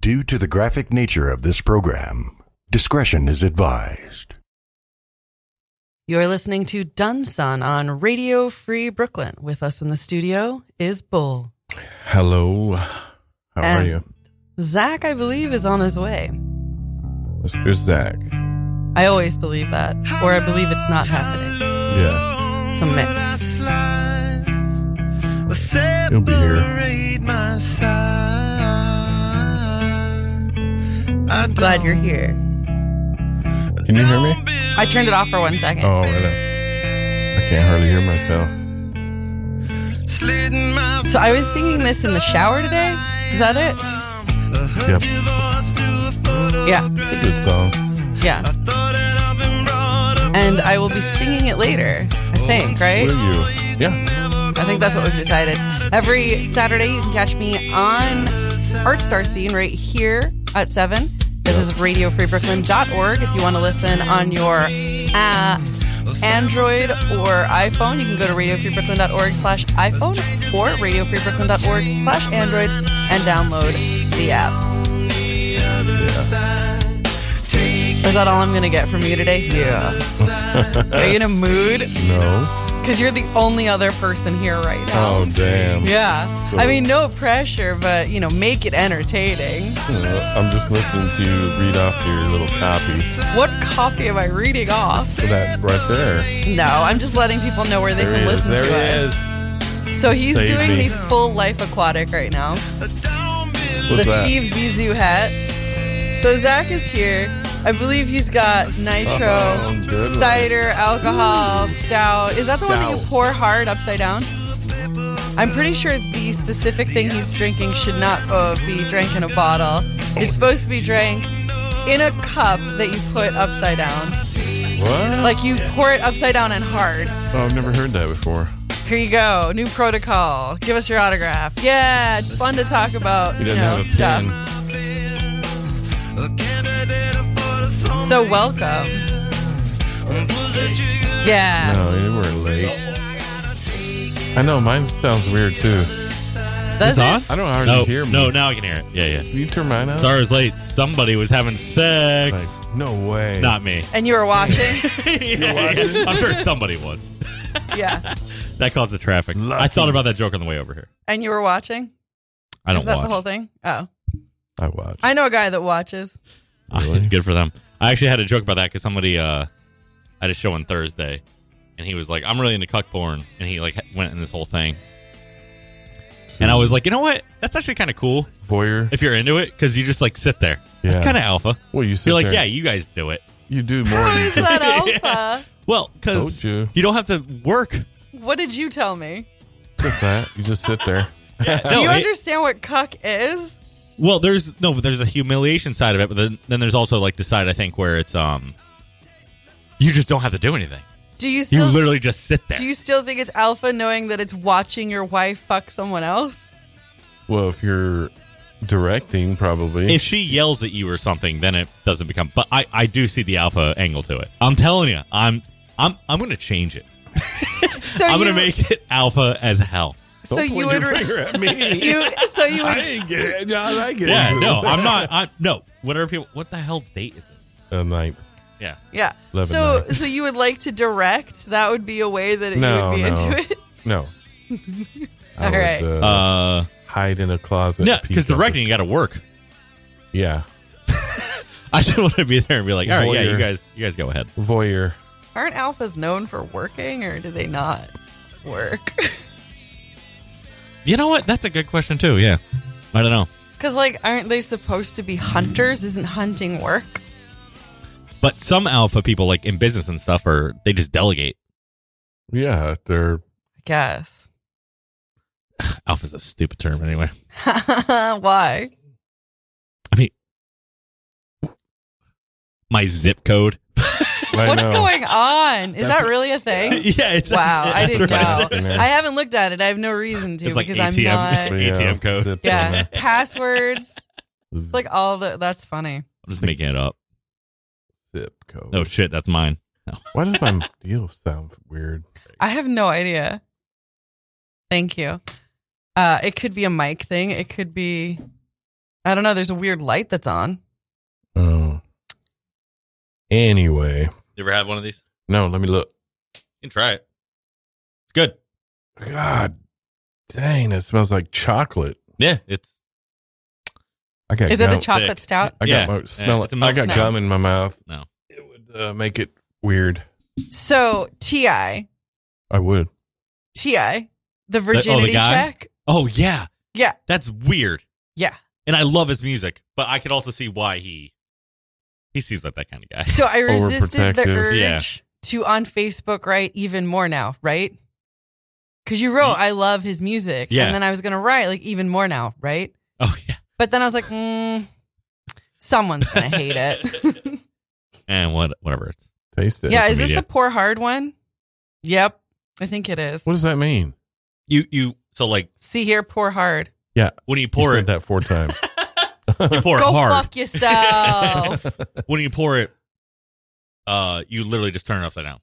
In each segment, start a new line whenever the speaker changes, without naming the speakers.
Due to the graphic nature of this program, discretion is advised.
You're listening to Dunsun on Radio Free Brooklyn. With us in the studio is Bull.
Hello. How are
And-
you?
Zach, I believe, is on his way.
Who's- Who's Zach?
I always believe that, or I believe it's not happening.
Yeah.
It's a mix.
He'll be here.
I'm glad you're here.
Can you hear me?
I turned it off for one second.
Oh, hello. I can't hardly hear myself.
So I was singing this in the shower today. Is that it?
Yep.
Yeah.
It's a good song.
Yeah. And I will be singing it later, I think, right?
Will you? Yeah.
I think that's what we've decided. Every Saturday, you can catch me on Art Star Scene right here at 7. This is radiofreebrooklyn.org. If you want to listen on your uh, Android or iPhone, you can go to radiofreebrooklyn.org slash iPhone or radiofreebrooklyn.org slash Android and download the app. Is that all I'm going to get from you today? Yeah. Are you in a mood?
No.
Because you're the only other person here right now.
Oh, damn.
Yeah.
Cool.
I mean, no pressure, but, you know, make it entertaining.
Uh, I'm just listening to you read off your little copy.
What copy am I reading off?
So that right there.
No, I'm just letting people know where they
There
can
he is.
listen
There
to
he
us. So he's
Save
doing
me.
the full Life Aquatic right now.
is. What's
the
that?
Steve Zissou hat. So Zach is here. I believe he's got nitro,
Oh, good one.
cider, alcohol, stout. Is that the one that you
Stout.
pour hard upside down? I'm pretty sure the specific thing he's drinking should not uh, be drank in a bottle.
Oh.
It's supposed to be drank in a cup that you put upside down.
What?
Like you pour it upside down and hard.
oh, I've never heard that before.
Here you go. New protocol. Give us your autograph. Yeah, it's fun to talk about.
He
You,
doesn't
know,
have a
stuff.
pen.
So welcome. Yeah,
No, you were late. I know. Mine sounds weird too.
does
It's on?
it?
I don't hardly
No,
hear.
no,
mine.
now I can hear it. Yeah, yeah.
Can you turn mine out?
Sorry, I was late. Somebody was having sex.
Like, no way.
Not me.
And you were watching?
watching?
I'm sure somebody was.
yeah.
That caused the traffic. I thought about that joke on the way over here.
And you were watching?
I don't
Is that
watch.
the whole thing? Oh.
I watched.
I know a guy that watches.
Ah,
Really?
Good for them. I actually had a joke about that because somebody uh, I had a show on Thursday, and he was like, "I'm really into cuck porn," and he like went in this whole thing, and I was like, "You know what? That's actually kind of cool
voyeur.
if you're into it because you just like sit there. It's
Yeah.
kind of alpha.
Well, you sit
You're like,
there.
yeah, you guys do it.
You do more.
Who
than
is
just-
that alpha?
Well,
Told
because
you.
you don't have to work.
What did you tell me?
just that. You just sit there.
Do you
No, it-
understand what cuck is?
Well, there's no, but there's a humiliation side of it, but then, then there's also like the side I think where it's um, you just don't have to do anything.
Do you
You
still
literally just sit there.
do you still think it's alpha knowing that it's watching your wife fuck someone else?
Well, if you're directing, probably.
if she yells at you or something, then it doesn't become. But I, I do see the alpha angle to it. I'm telling you, I'm, I'm, I'm gonna change it.
So
I'm
you,
gonna make it alpha as hell.
so
Don't
you
point
would
your
re-
finger at me.
you so you
I
would
ain't get it. No, I get
Yeah,
it.
no, I'm not. I, no, whatever people. What the hell date is this?
I'm like,
Yeah,
Yeah.
Love and
so
light.
so you would like to direct? That would be a way that
No,
you would be
no.
into it.
no. I
All
would,
right.
uh,
uh,
hide in a closet.
no,
and peek
because
up
directing you got to work.
at- Yeah.
I just want to be there and be like, all right, yeah,
Voyeur.
you guys, you guys go ahead.
Voyeur.
Aren't alphas known for working or do they not work?
You know what? That's a good question too. Yeah, I don't know,
Cuz like aren't they supposed to be hunters? Isn't hunting work?
but some alpha people, like in business and stuff, are they just delegate?
Yeah, they're
I guess.
Alpha's a stupid term anyway.
Why?
I mean, my zip code.
I
What's
know.
going on? Is that really a thing?
yeah, it's
Wow, I didn't know.
that's right.
Yeah.
I haven't looked at it. I have no reason to
It's like
because
ATM.
I'm
But
not
yeah,
ATM code.
zip on
Yeah,
there.
passwords. It's like all the that's funny.
I'm just making it up.
Zip code.
Oh shit, that's mine.
Why does my deal sound weird?
I have no idea. Thank you. Uh, it could be a mic thing. It could be I don't know. There's a weird light that's on.
Oh. Anyway,
You ever had one of these?
no, let me look.
You can try it. It's good.
God dang, that smells like chocolate.
Yeah, it's
I got
Is it a
gum-
chocolate
thick.
stout?
I
Yeah.
got my, smell
Yeah,
it.
it's a
I got
milk
gum
stout.
in my mouth.
No.
it would uh, make it weird.
So Ti
I would.
Ti the virginity
guy?
check.
Oh yeah,
Yeah,
that's weird.
yeah.
And I love his music, but I could also see why he he seems like that kind of guy.
So I resisted the
Overprotective.
urge
Yeah.
to on Facebook write even more now, right? Because you wrote, I love his music.
Yeah.
And then I was going to write like even more now, right?
Oh yeah.
But then I was like, mm, someone's going to hate it.
And what whatever. It's
Taste it.
yeah. Is this
Media.
the poor hard one? Yep. I think it is.
What does that mean?
you you so like
See here, poor hard.
when you
you
pour
said
it,
that four times.
you pour it
Go
hard.
fuck yourself.
When you pour it, uh, you literally just turn it upside down.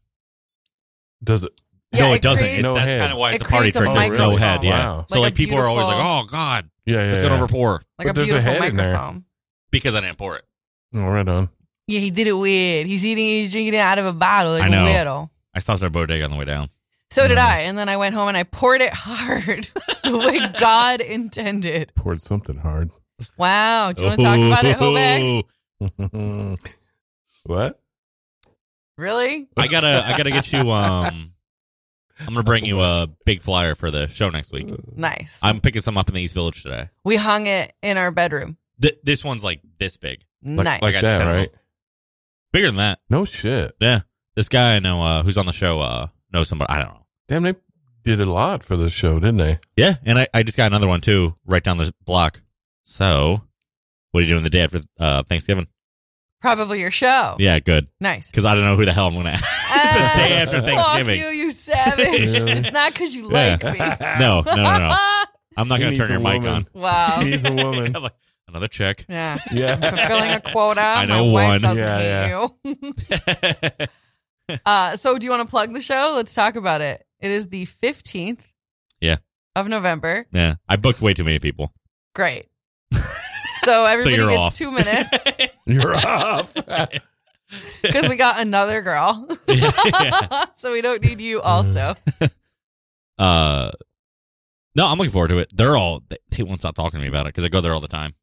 Does it?
Yeah,
no, it,
it
doesn't.
creates-
It's-
No
that's
head.
kind of why it's
It
a party
creates a
trick. There's no
microphone.
head. Yeah.
Wow.
So like,
Like a
people are always like,
beautiful-
"Oh God,
Yeah, yeah.
it's gonna
yeah.
overpour,"
like a
But there's a
beautiful
head in there.
microphone.
because I didn't pour it.
Oh, right on.
Yeah, he did it weird. He's eating, he's drinking it out of a bottle like
I
a
know.
weirdo.
I stopped at a bodega on the way down.
So did
Mm.
I. And then I went home and I poured it hard the way God intended.
Poured something hard.
Wow. Do you want to talk about it,
Oh.
Hobag?
what?
Really?
I gotta, I gotta get you. Um, I'm gonna bring you a big flyer for the show next week.
Nice.
I'm picking some up in the East Village today.
we hung it in our bedroom.
Th- this one's like this big,
Like,
nice.
like
Like I
that,
said,
right?
bigger than that.
No shit.
Yeah, this guy I know uh, who's on the show uh, knows somebody. I don't know.
Damn, they did a lot for this show, didn't they?
Yeah, and I, I just got another one too, right down the block. So, what are you doing the day after uh, Thanksgiving?
Probably your show.
Oh.
Yeah, good.
Nice.
Because I don't know who the hell I'm gonna ask
Ah,
the day after
fuck
Fuck
Thanksgiving.
you, you savage.
Yeah.
it's not because you
Yeah.
like me.
No, no, no, no. I'm not
He
gonna
needs
turn
a
your mic
woman.
on.
He
wow.
needs a woman.
I'm like, Another check.
Yeah. I'm
yeah.
fulfilling a quota.
I know
My wife
one.
doesn't
Yeah,
hate you. Uh, so do you want to plug the show? Let's talk about it. It is the 15th.
Yeah.
Of November.
yeah, I booked way too many people.
Great. So everybody
you're
gets
off.
two minutes
You're off.
Oh, Uh,
because we got another girl.
Yeah.
so we don't need you also.
Uh, no, I'm looking forward to it. They're all they, they won't stop talking to me about it because I go there all the time.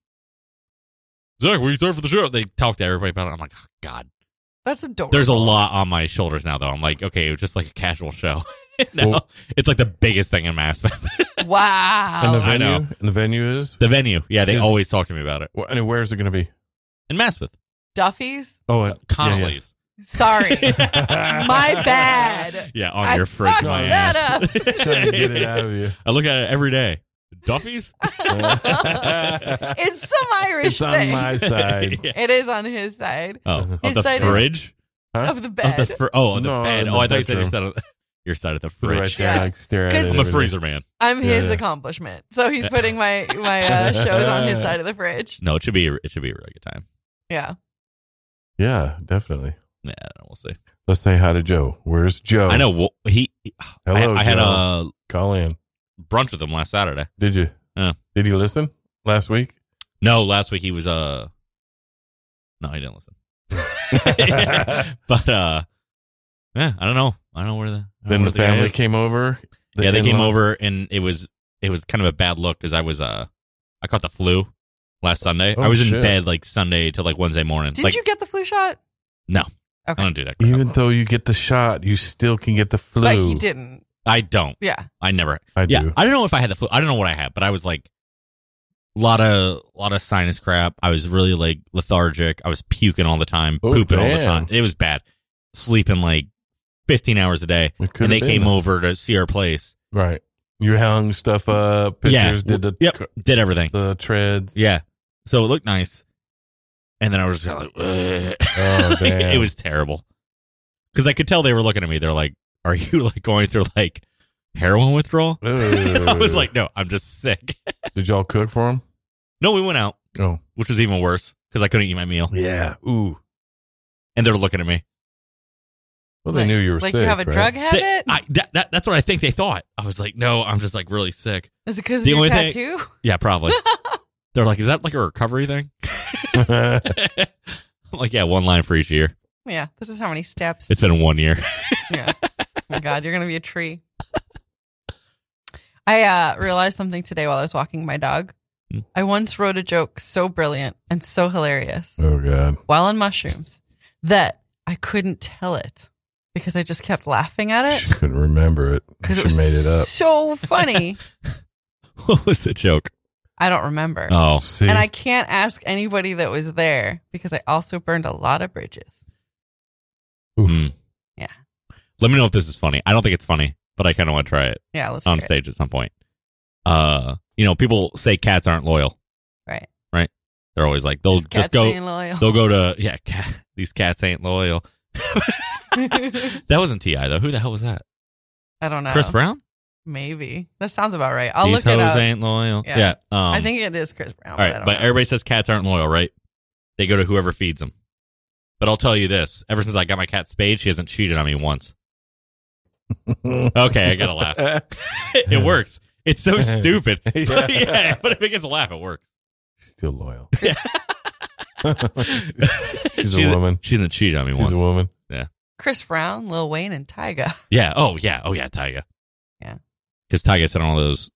Zach, were you there for the show? They talk to everybody about it. I'm like, oh, God.
That's adorable.
There's a lot on my shoulders now, though. I'm like, okay, it was just like a casual show. no,
Well-
it's like the biggest thing in Mass.
and the
Wow.
I
venue?
know.
And the venue is?
the venue, yeah, they
Yes.
always talk to me about it.
Well, and where's it going to be?
In Maspeth,
Duffy's?
Oh, at
Connolly's.
Sorry.
Yeah, yeah.
My bad.
Yeah, on
I
your freaking
fucked
my
that
ass.
up.
Trying to get it out of you.
I look at it every day. Duffy's?
It's some Irish
it's on
thing.
my side.
Yeah.
it is on his side
Oh,
His
of the
side is-
fridge?
Huh?
of the
Of
bed.
the fr- oh, of the
No,
bed.
in
oh,
the
I thought you said you
bedroom.
said on your side of the
Right
fridge.
there,
Yeah.
like stare at
Because-
it
I'm a
every day.
freezer man.
I'm
Yeah,
his
yeah.
accomplishment. So he's putting my my uh, shows on his side of the fridge.
No, it should be it should be a really good time.
Yeah.
Yeah, definitely.
Yeah, I don't know, we'll see.
Let's say hi to Joe. Where's Joe?
I know well, he. he-
Oh. Hello,
I, I had
Joe.
a uh,
Call in.
brunch with him last Saturday.
Did you?
Yeah.
Did he listen last week?
No, last week he was uh No, he didn't listen. but uh yeah, I don't know. I don't know where the I don't
then
know
the
where guy
family
is.
came over. The
yeah, they came
in-laws?
over and it was it was kind of a bad look cuz I was uh I caught the flu last Sunday.
Oh,
I was in
shit.
bed like Sunday till like Wednesday morning.
Did
like
you get the flu shot?
no.
Okay.
I don't do that. crap.
Even though you get the shot, you still can get the flu.
But he didn't.
I don't.
Yeah.
I never.
I
yeah,
do.
I don't know if I had the flu. I don't know what I had, but I was like a lot of lot of sinus crap. I was really like lethargic. I was puking all the time,
Oh,
pooping all the
damn.
time. It was bad. Sleeping like 15 hours a day.
It could
and they
have been
came
that.
over to see our place.
Right. You hung stuff up, pictures,
Yeah.
did the
Yep. Did everything.
the treads.
Yeah. So it looked nice. And then I was just kind of like, "Ugh."
Oh,
Like,
damn.
it was terrible. Cuz I could tell they were looking at me. They're like, "Are you like going through like heroin withdrawal?" I was
Ugh.
like, "No, I'm just sick."
did y'all cook for him?
no, we went out.
Oh,
which was even worse because I couldn't eat my meal.
yeah. Ooh.
And they were looking at me.
Well, they
Like-
knew you were
Like
sick.
you have a
right?
drug habit?
They- I, that, that, that's what I think they thought. I was like, no, I'm just like really sick.
Is it because of
The
your
only thing-
tattoo?
Yeah, probably. They're like, is that like a recovery thing? I'm like, yeah, one line for each year.
Yeah, this is how many steps.
It's been one year.
yeah. Oh my God, you're gonna be a tree. I uh, realized something today while I was walking my dog.
Hmm.
I once wrote a joke so brilliant and so hilarious
oh god.
while on mushrooms that I couldn't tell it because I just kept laughing at it
She couldn't remember it.
because
She
it was
made it up.
so funny.
what was the joke?
I don't remember.
Oh,
See,
And I can't ask anybody that was there because I also burned a lot of bridges.
hmm.
Yeah.
Let me know if this is funny. I don't think it's funny, but I kind of want to try it
Yeah, let's
on
hear it.
stage at some point. Uh, you know, people say cats aren't loyal.
Right.
Right. They're always like they'll
These cats
just go.
ain't loyal.
They'll go to yeah. Cat, these cats ain't loyal. that wasn't Ti though. Who the hell was that?
I don't know.
Chris Brown.
Maybe that sounds about right. Uh, I'll
these
look it
hoes
up.
ain't loyal.
Yeah.
Yeah. um,
I think it is Chris Brown.
All right,
I don't
but
know.
everybody says cats aren't loyal, right? They go to whoever feeds them. But I'll tell you this: ever since I got my cat Spade, she hasn't cheated on me once. Okay, I gotta laugh. it works. It's so stupid.
Yeah.
yeah. but if it gets a laugh, it works.
Still loyal.
she's,
a woman.
She hasn't cheated on me
She's
once.
a woman.
Chris Brown, Lil Wayne, and Tyga.
Yeah. Oh yeah. Oh yeah. Tyga.
Yeah.
Because Tyga sent all those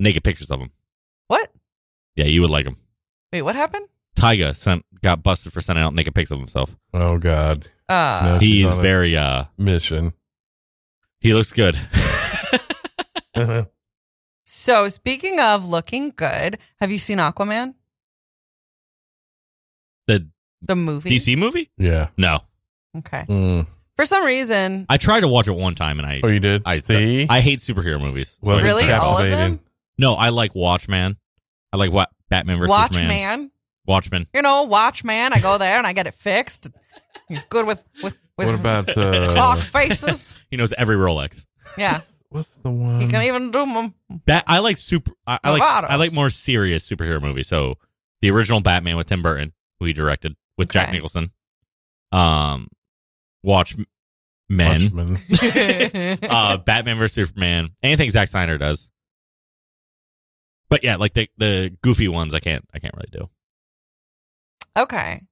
naked pictures of him.
What?
Yeah, you would like him.
Wait, what happened?
Tyga sent got busted for sending out naked pics of himself.
Oh god.
Uh,
No. She's
He's
on it.
very uh.
Mission.
He looks good.
So speaking of looking good, have you seen Aquaman,
the
the movie?
DC movie?
yeah.
No.
Okay.
Mm.
For some reason,
I tried to watch it one time and I
Oh, you did.
I-
see.
I hate superhero movies. So I
Wasn't
just
Really?
turned it
All
off.
of
captivating.
No, I like Watchman. I like what Batman versus
Watchman.
Man. Watchman.
You know, Watchman. I go there and I get it fixed. He's good with with with
What about
clock
uh,
faces.
He knows every Rolex.
Yeah,
what's the one?
he can
Mm.
even do them.
Bat I like super I, I like
Nevados.
I like more serious superhero movies. So the original Batman with Tim Burton, who he directed with Jack
Okay.
Nicholson. Um Watch Men.
Watchmen.
uh Batman versus Superman. Anything Zack Snyder does. But yeah, like the the goofy ones I can't I can't really do.
okay,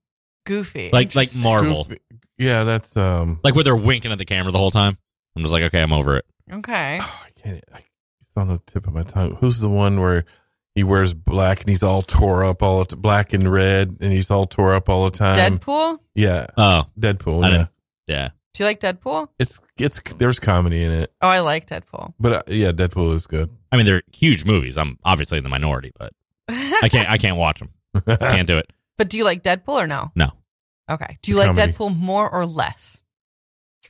goofy.
Like like Marvel.
Goofy- Yeah, that's um.
Like where they're winking at the camera the whole time. I'm just like, okay, I'm over it.
okay,
Um,
Oh, I can't. I, it's on the tip of my tongue. Who's the one where he wears black and he's all tore up all the t- black and red and he's all tore up all the time?
Deadpool.
Yeah,
Oh,
Deadpool.
I
Yeah,
didn't- yeah.
Do you like Deadpool?
it's it's there's comedy in it,
Oh, I like Deadpool.
but uh, yeah, Deadpool is good.
I mean, they're huge movies. I'm obviously in the minority, but I can't. I can't watch them. Can't do it.
but do you like Deadpool or no?
No.
Okay. Do you
The
like
comedy.
Deadpool more or less?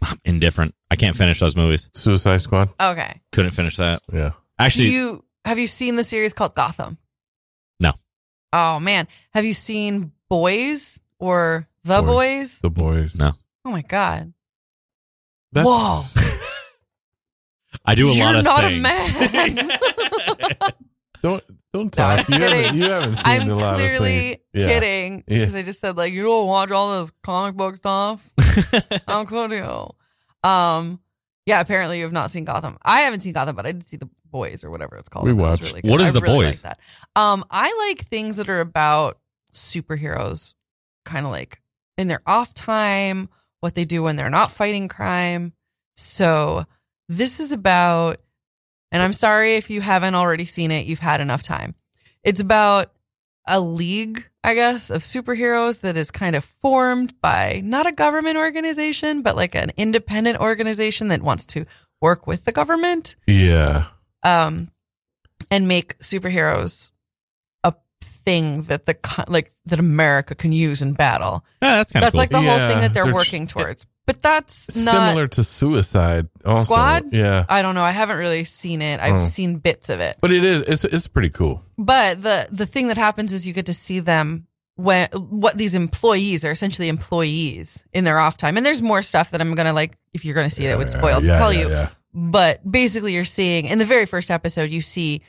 I'm indifferent. I can't finish those movies.
Suicide Squad.
Okay.
Couldn't finish that.
Yeah,
Actually,
do you have you seen the series called Gotham?
No.
Oh man, have you seen Boys or The Boys?
The Boys.
No.
Oh my god,
That's,
Whoa.
I do a
You're
lot of
not a
things.
man.
Don't don't
No,
talk.
I'm
you, haven't,
kidding.
you haven't seen
I'm
a lot
clearly
of things. Yeah.
kidding
Yeah.
because I just said like you don't watch all this comic book stuff. I'm quoting you. Um, yeah. Apparently, you have not seen Gotham. I haven't seen Gotham, but I did see The Boys or whatever it's called.
We
and that was
watched.
good.
What is
I
The
really
Boys?
like that. Um, I like things that are about superheroes, kind of like in their off time, what they do when they're not fighting crime. So this is about, and I'm sorry if you haven't already seen it. You've had enough time. It's about a league, I guess, of superheroes that is kind of formed by not a government organization, but like an independent organization that wants to work with the government
Yeah.
um, and make superheroes a thing that the co- like that America can use in battle.
Yeah, that's kind of
That's
cool.
like the whole thing
Yeah,
that they're,
they're
working towards. But that's not.
Similar to Suicide. Also.
Squad?
Yeah.
I don't know. I haven't really seen it. I've
Mm.
seen bits of it.
But it is. It's it's pretty cool.
But the the thing that happens is you get to see them when what these employees are essentially employees in their off time. And there's more stuff that I'm gonna like if you're gonna see that would spoil to
Yeah,
tell
yeah,
you.
Yeah.
but basically you're seeing in the very first episode you see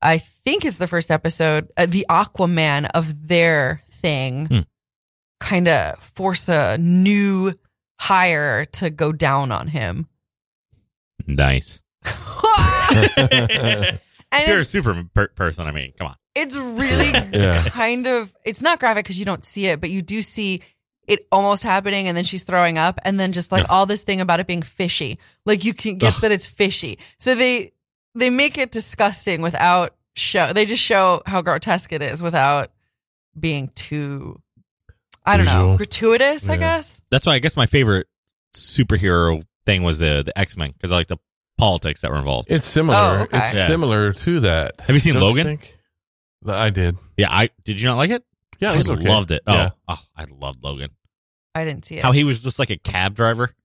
i think it's the first episode uh, the aquaman of their thing
Hmm.
kind of force a new hire to go down on him
nice.
and
If You're a
it's,
super per- person. I mean, come on.
It's really
Yeah.
kind of it's not graphic because you don't see it, but you do see it almost happening and then she's throwing up and then just like all this thing about it being fishy. Like you can get that it's fishy. So they they make it disgusting without show they just show how grotesque it is without being too I don't know,
Visual.
gratuitous, I
Yeah.
guess.
That's why I guess my favorite superhero thing was the the X Men because I like the politics that were involved.
It's similar.
Oh, okay.
It's
Yeah.
similar to that.
Have you seen
Don't you
Logan?
think? I did.
Yeah, I did you not like it?
Yeah, it
I
was okay.
loved it. Oh,
Yeah.
oh, I loved Logan.
I didn't see it.
How he was just like a cab driver.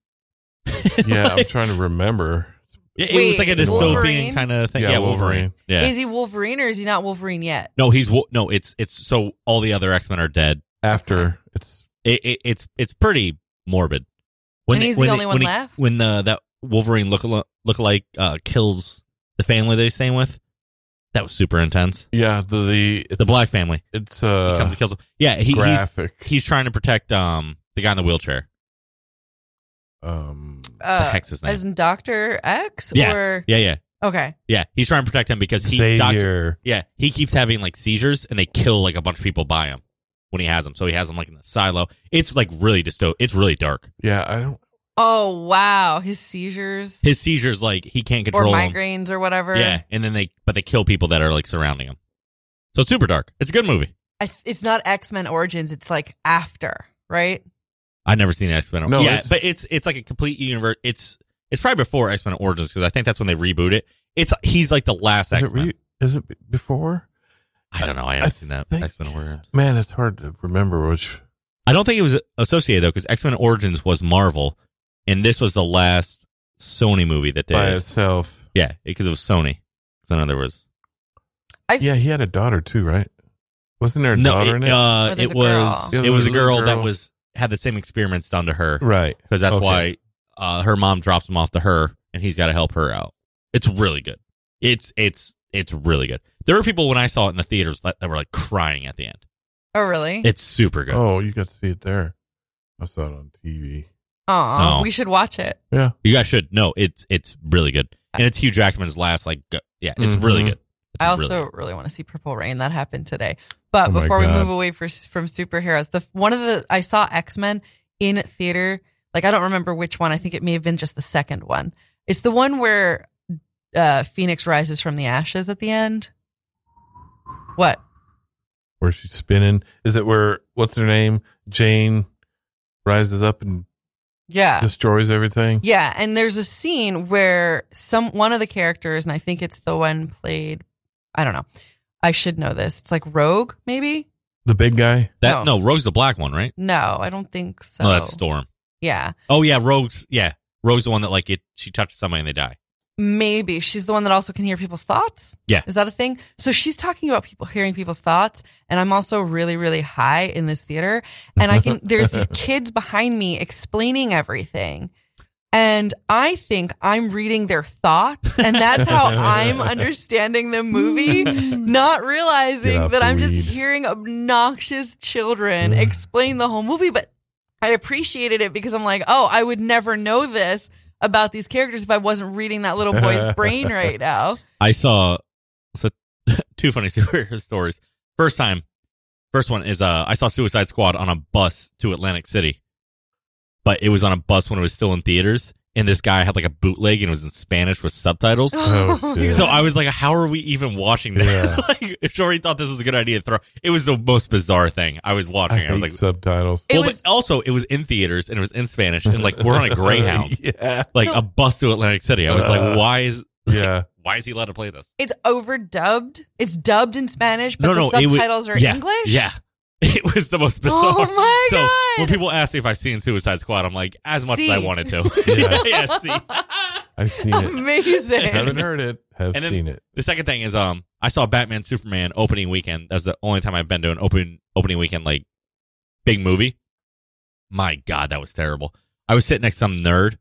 Yeah, I'm trying to remember.
Yeah, it
Wait,
was like a dystopian
Wolverine?
kind of thing.
Yeah,
Yeah, Wolverine.
Wolverine.
Yeah.
Is he Wolverine or is he not Wolverine yet?
no, he's Wo- no. It's it's so all the other X Men are dead.
After it's
It, it it's it's pretty morbid. When
And
they-
he's the
when they-
only one
when he-
left?
when the that Wolverine look lookalike uh, kills the family that he's staying with, that was super intense.
yeah the the, it's,
The black family
It's
he
uh
comes and kills them. Yeah, he, he's
graphic.
he's trying to protect um the guy in the wheelchair.
um
The
Uh,
heck's his name?
as in Doctor X
Yeah.
or
yeah, yeah,
okay.
yeah. He's trying to protect him because he doc-
Xavier.
Yeah, he keeps having like seizures, and they kill like a bunch of people by him when he has them. So he has them like in the silo. It's like really dysto. It's really dark.
Yeah, I don't.
Oh wow, his seizures
His seizures like he can't
or
control them.
migraines or whatever.
Yeah, and then they but they kill people that are like surrounding him. So it's super dark. It's a good movie.
I th- it's not X Men Origins. It's like after, right?
I've never seen X Men.
No,
yeah,
it's-
but it's it's like a complete universe. It's it's probably before X Men Origins because I think that's when they reboot it. It's he's like the last
Is
X
it,
Men.
re, is it before?
I don't know. I haven't
I
seen that
think-
X Men Origins.
Man, it's hard to remember which.
I don't think it was associated though because X Men Origins was Marvel, and this was the last Sony movie that did.
By
it.
itself.
Yeah, because it was Sony. So in other words,
I've
Yeah,
s-
he had a daughter too, right? Wasn't there a daughter
it,
in it?
uh,
Oh, there's
it
a girl.
was
Yeah,
it was
there's a
a
little
girl, that
girl.
was had the same experiments done to her
right.
because that's
Okay.
why uh, her mom drops him off to her, and he's got to help her out. It's really good. It's it's it's really good. There were people when I saw it in the theaters that, that were like crying at the end.
oh really?
It's super good.
Oh, you got to see it there. I saw it on TV.
Aw,
Oh.
no.
we should watch it.
Yeah.
You guys should no. It's it's really good, and it's Hugh Jackman's last like go- yeah. It's really
Mhm.
good. It's
I
really
also
good.
really, want to see Purple Rain. That happened today. But
Oh my
before we
God.
move away for, from superheroes, the one of the I saw X Men in theater. Like I don't remember which one. I think it may have been just the second one. It's the one where uh, Phoenix rises from the ashes at the end. What?
Where she's spinning. Is it where, what's her name? Jane rises up and
Ah.
Yeah.
destroys everything?
Yeah, and there's a scene where some one of the characters, and I think it's the one played, I don't know, I should know this. It's like Rogue, maybe?
The big guy?
that no. Rogue's the black one, right?
No, I don't think so.
No, that's Storm.
yeah,
Oh yeah, Rogue's yeah. Rogue's the one that like it. She touches somebody and they die.
maybe she's the one that also can hear people's thoughts.
Yeah.
is that a thing? So she's talking about people hearing people's thoughts, and I'm also really, really high in this theater, and I can. there's these kids behind me explaining everything. And I think I'm reading their thoughts, and that's how I'm understanding the movie, not realizing
Get off
that
the
I'm just
weed.
hearing obnoxious children explain the whole movie. But I appreciated it because I'm like, oh, I would never know this about these characters if I wasn't reading that little boy's brain right now.
I saw so, two funny superhero stories. First time, first one is uh, I saw Suicide Squad on a bus to Atlantic City, but it was on a bus when it was still in theaters, and this guy had like a bootleg and it was in Spanish with subtitles.
Oh, shit.
So I was like, "How are we even watching this?"
Yeah.
like, Shorty thought this was a good idea to throw. It was the most bizarre thing I was
I,
watching. I,
hate
was like,
subtitles.
It
"Well,
was-
but also it was in theaters and it was in Spanish, and like we're on a Greyhound,
yeah.
like
So-
a bus to Atlantic City." I was like,
Uh,
"Why is
Yeah.
why is he allowed to play this?"
it's overdubbed. It's dubbed in Spanish, but the
it was-
subtitles are
yeah,
English.
Yeah. It was the most bizarre.
Oh my
so,
God.
When people ask me if I've seen Suicide Squad, I'm like, as much as I
See.
wanted to.
Yeah.
yeah, see.
I've seen it.
Amazing.
Haven't heard it. Have
And then-
seen it.
The second thing is, um, I saw Batman Superman opening weekend. That's the only time I've been to an open opening weekend like big movie. My God, that was terrible. I was sitting next to some nerd,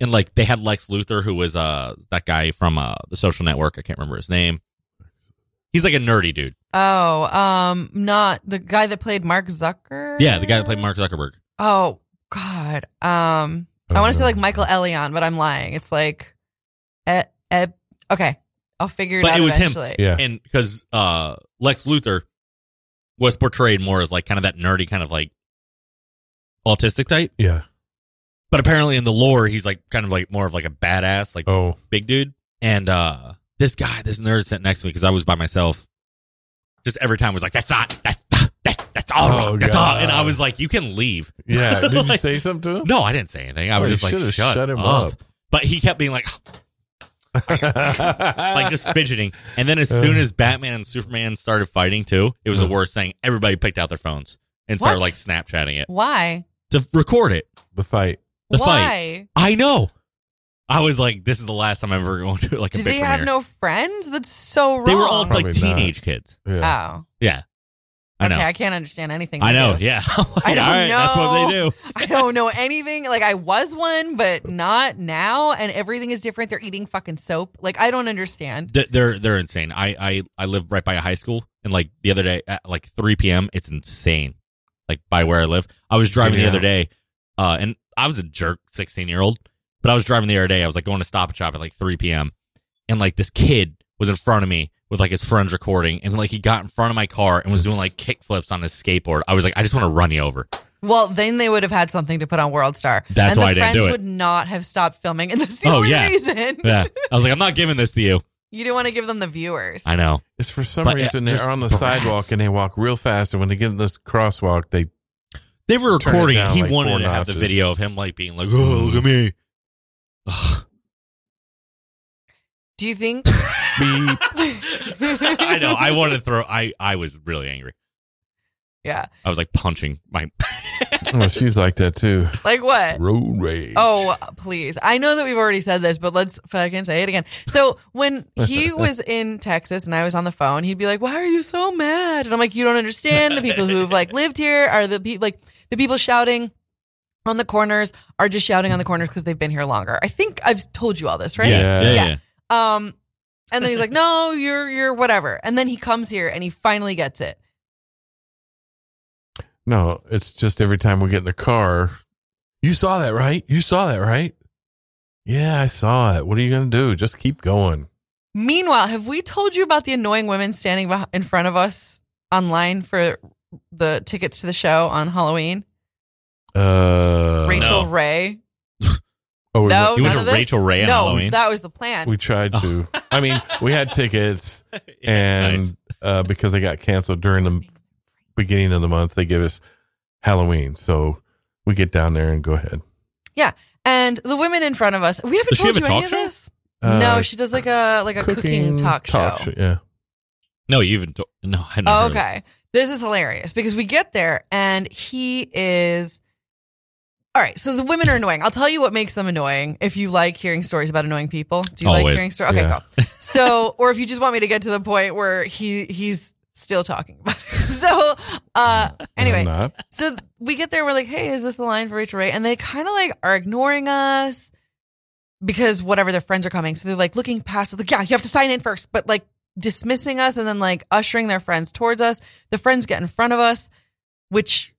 and like they had Lex Luthor, who was uh that guy from uh the Social Network. I can't remember his name. He's like a nerdy dude.
Oh, um, not the guy that played Mark Zucker.
Yeah, the guy that played Mark Zuckerberg.
Oh God. Um,
Oh,
I want to say like Michael Elion, but I'm lying. It's like, eh, eh, e, okay. I'll I'll figure it
But
out
it was him.
eventually.
Yeah.
and because uh, Lex Luthor was portrayed more as like kind of that nerdy kind of like autistic type,
Yeah.
but apparently in the lore he's like kind of like more of like a badass, like
Oh.
big dude. And uh, this guy, this nerd sitting next to me because I was by myself, just every time was like, "That's not that's that's that's all
Oh,
wrong, that's all,"
God.
and I was like, "You can leave."
Yeah. Did you
Like-
say something to him?
No, I didn't say anything. I was
Oh, you
just like,
should've
"Shut,
shut him
up.
up.
But he kept being like, like
like
just fidgeting. And then as soon as Batman and Superman started fighting too, it was the worst thing. Everybody picked out their phones and started
What?
like Snapchatting it
Why?
to record it.
the fight.
The
Why?
fight. I know. I was like, this is the last time I'm ever going to like a
Did
big
they have
premiere.
no friends? That's so wrong.
They were all like
Probably not.
teenage kids.
Yeah.
Oh.
Yeah, I know.
Okay, I can't understand anything.
I
they
know.
do.
Yeah. I'm like,
I don't
all right, That's what they
know.
do.
I don't know anything. Like I was one, but not now. And everything is different. They're eating fucking soap. Like I don't understand.
Th- They're they're insane. I I I live right by a high school, and like the other day at like 3 p.m. It's insane. Like by where I live, I was driving the
Yeah.
other day, uh, and I was a jerk, 16 year old, but I was driving the other day. I was like going to Stop and Shop at like 3 p.m. and like this kid was in front of me with like his friends recording, and like he got in front of my car and was doing like kickflips on his skateboard. I was like, I just want to run you over.
Well, then they would have had something to put on World Star.
That's
and
why
the
I didn't
friends
do it.
would not have stopped filming, and that's the
Oh,
only
yeah.
reason.
Yeah, I was like, I'm not giving this to you.
You didn't want to give them the viewers.
I know.
It's for some
But, uh,
reason
just
they're on the
brats.
sidewalk and they walk real fast, and when they get in this crosswalk, they
They were
Turn it
recording. it.
down,
He
like,
wanted
four
to have the
notches.
video of him like being like, "Oh, look at me." Ugh.
Do you think?
beep.
I know. I wanted to throw. I I was really angry.
yeah.
I was like punching my.
oh, she's like that too.
Like what?
Road rage.
Oh, please. I know that we've already said this, but let's fucking say it again. So when he was in Texas and I was on the phone, he'd be like, Why are you so mad? And I'm like, You don't understand. The people who've like lived here are the people like the people shouting on the corners are just shouting on the corners because they've been here longer. I think I've told you all this, right?
Yeah.
Yeah. Um, and then he's like, "No, you're you're whatever." And then he comes here and he finally gets it.
No, it's just every time we get in the car. You saw that, right? You saw that, right? Yeah, I saw it. What are you going to do? Just keep going.
Meanwhile, have we told you about the annoying women standing beh- in front of us online for the tickets to the show on Halloween?
Uh,
Rachel
No.
Ray.
Oh, we,
No,
you went
none
to
of this?
Rachel Ray on
no,
Halloween?
that was the plan.
we tried to. I mean, we had tickets, and
nice.
uh, because they got canceled during the beginning of the month, they gave us Halloween. So we get down there and go ahead.
and the women in front of us. We haven't
Does she
told
have
you
a
any
talk
of
show?
this.
Uh,
no, she does like a like a cooking, talk, show.
Yeah.
no, you even to- no. I hadn't
Oh,
heard of it.
okay. This is hilarious because we get there and he is. All right, so the women are annoying. I'll tell you what makes them annoying if you like hearing stories about annoying people. Do you like
Always.
hearing stories? Okay,
Yeah.
cool. So, or if you just want me to get to the point where he he's still talking about it. So, uh
I'm
anyway,
not.
so we get there, we're like, hey, is this the line for Rachel Ray? And they kind of like are ignoring us because whatever their friends are coming. So they're like looking past us, like, yeah, you have to sign in first, but like dismissing us and then like ushering their friends towards us. The friends get in front of us, which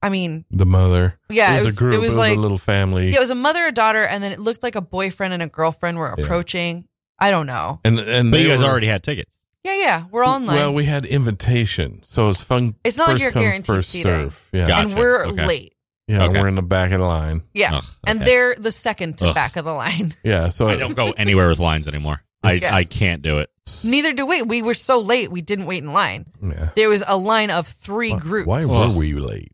I mean,
the mother.
yeah,
it was, a group.
It was, like,
a little family.
yeah, it was a mother, a daughter, and then it looked like a boyfriend and a girlfriend were
Yeah.
approaching. I don't know.
And and
But
they
you guys
were-
already had tickets.
Yeah, yeah, we're online.
Well, we had invitation, so it's fun.
It's not like
first
you're
come,
guaranteed
first
seating.
serve. Yeah,
Got-
and
gotcha.
we're
Okay.
late.
yeah,
Okay.
we're in the back of the line.
Yeah.
Ugh,
And
okay.
they're the second to
Ugh.
back of the line.
Yeah, so
I don't go anywhere with lines anymore. I
Yes.
I can't do it.
Neither do we. We were so late, we didn't wait in line.
yeah.
There was a line of three
Why-
groups.
Why
Ugh.
were we late?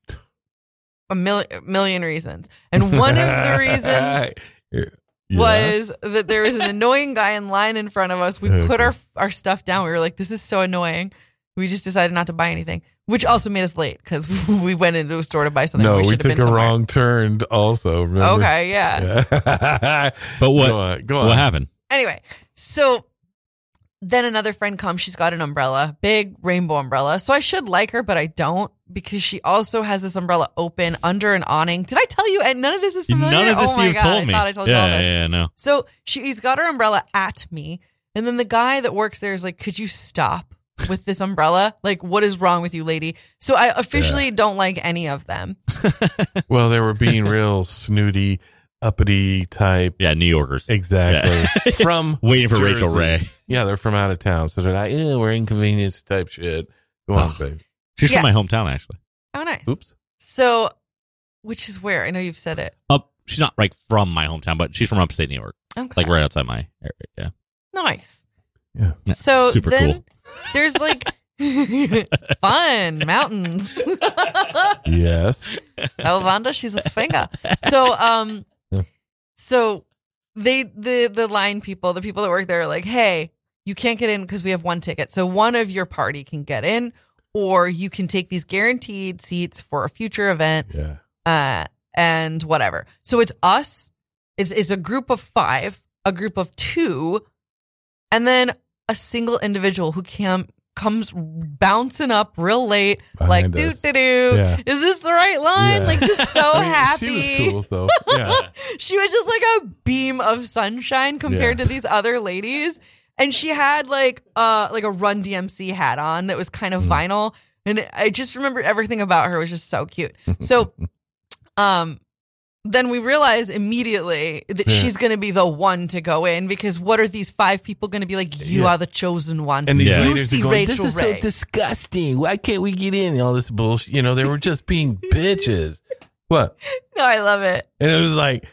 A mil- million reasons. And one of the reasons
Yeah.
was that there was an annoying guy in line in front of us. We put
Okay.
our our stuff down. We were like, this is so annoying. We just decided not to buy anything, which also made us late because we went into a store to buy something.
no, we,
should have
took
been
a
somewhere.
wrong turn. Also, remember?
Okay, yeah.
Yeah.
But what
go on, go on.
what happened?
Anyway, so then another friend comes. She's got an umbrella, big rainbow umbrella. So I should like her, but I don't because she also has this umbrella open under an awning. Did I tell you? And none of this is familiar.
None of this
oh my
you've
god!
told
I
me.
thought I told you
yeah,
all this.
yeah, yeah, no.
So she's got her umbrella at me, and then the guy that works there is like, "Could you stop with this umbrella? Like, what is wrong with you, lady?" So I officially don't like any of them.
Well, they were being real snooty, uppity type.
Yeah, New Yorkers
Exactly. From
waiting for Rachel
Jersey.
Ray.
Yeah, they're from out of town, so they're like, "Yeah, we're inconvenienced type shit." Go on,
Oh.
babe.
She's
Yeah.
from my hometown, actually.
Oh, nice.
Oops.
So, which is where I know you've said it.
Up, she's not like from my hometown, but she's from upstate New York,
Okay.
like right outside my area. Yeah,
Nice.
Yeah.
Yeah,
So
super
then
cool.
there's like fun mountains. oh,
Yes.
Vonda, she's a swinger. So, um, so they the the line people, the people that work there, are like, hey, you can't get in because we have one ticket. So one of your party can get in, or you can take these guaranteed seats for a future event.
Yeah.
uh, and whatever. So it's us. It's it's a group of five, a group of two, and then a single individual who cam comes bouncing up real late, like
Behind
doo
us.
doo doo.
Yeah.
Is this the right line?
Yeah.
Like just so
I mean,
happy.
She was cool though.
Uh,
Yeah.
She was just like a beam of sunshine compared
Yeah.
to these other ladies. And she had like uh like a Run DMC hat on that was kind of
Mm.
vinyl. And I just remember everything about her was just so cute. So um then we realize immediately that
Yeah.
she's going to be the one to go in because what are these five people going to be like? You
Yeah.
are the chosen one.
And these
Yeah.
ladies
Lucy
are going, this
Rachel
is
Ray.
so disgusting. Why can't we get in? And all this bullshit. You know, they were just being bitches. What?
no, I love it.
And it was like,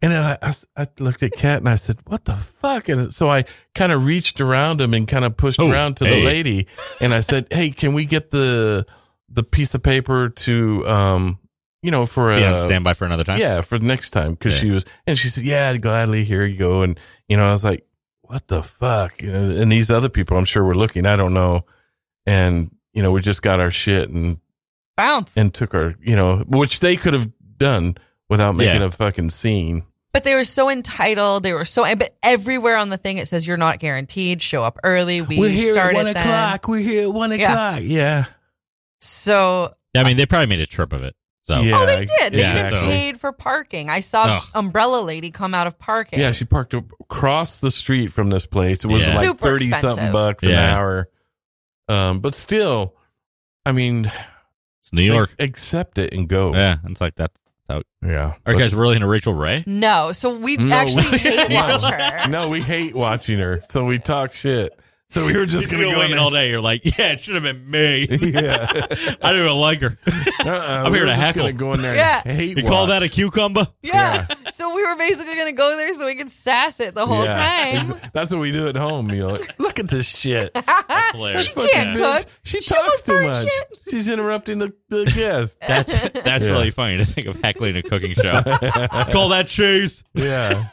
and then I, I, I looked at Kat and I said, what the fuck? And so I kind of reached around him and kind of pushed
Oh,
around to
hey.
the lady. And I said, hey, can we get the, the piece of paper to, um, you know, for a,
Be on standby for uh, another time.
yeah, for the next time because
Yeah.
she was, and she said, "Yeah, I'd gladly. Here you go." And you know, I was like, "What the fuck?" You know, and these other people, I'm sure were looking. I don't know, and you know, we just got our shit and
Bounce.
and took our, you know, which they could have done without making
Yeah.
a fucking scene.
But they were so entitled. They were so. But everywhere on the thing it says you're not guaranteed. Show up early. We started then.
We're here at one
Yeah.
Yeah,
So
I mean, they probably made a trip of it. So
yeah.
oh, they did. They
Yeah,
even
so-
paid for parking. I saw
Ugh.
umbrella lady come out of parking.
Yeah, she parked up- across the street from this place. It was
Yeah.
like
Super
thirty
expensive.
something bucks an
Yeah.
hour. Um, but still, I mean,
it's New York.
like, accept it and go.
Yeah, it's like oh. that's.
Yeah.
Are you guys really into Rachel Ray?
no, so we
No.
actually hate watch
But-
her.
no, we hate watching her, so we talk shit. So we were just
You've
gonna
been
go
waiting
in
all day. You're like, yeah, it should have been me.
Yeah.
I don't even like her.
Uh-uh,
I'm
we
here
were
to
just
heckle.
Gonna go in there.
Yeah.
And hate
You call
watch.
that a cucumber?
Yeah. So we were basically gonna go there so we could sass it the whole
Yeah.
time.
That's what we do at home. You know, look at this shit.
That's hilarious.
Ah, She can't
Fucking
cook.
She
She
talks
won't
too
burn
much.
shit.
She's interrupting the, the guest.
That's, that's
Yeah.
really funny to think of heckling a cooking show. Call that cheese.
yeah.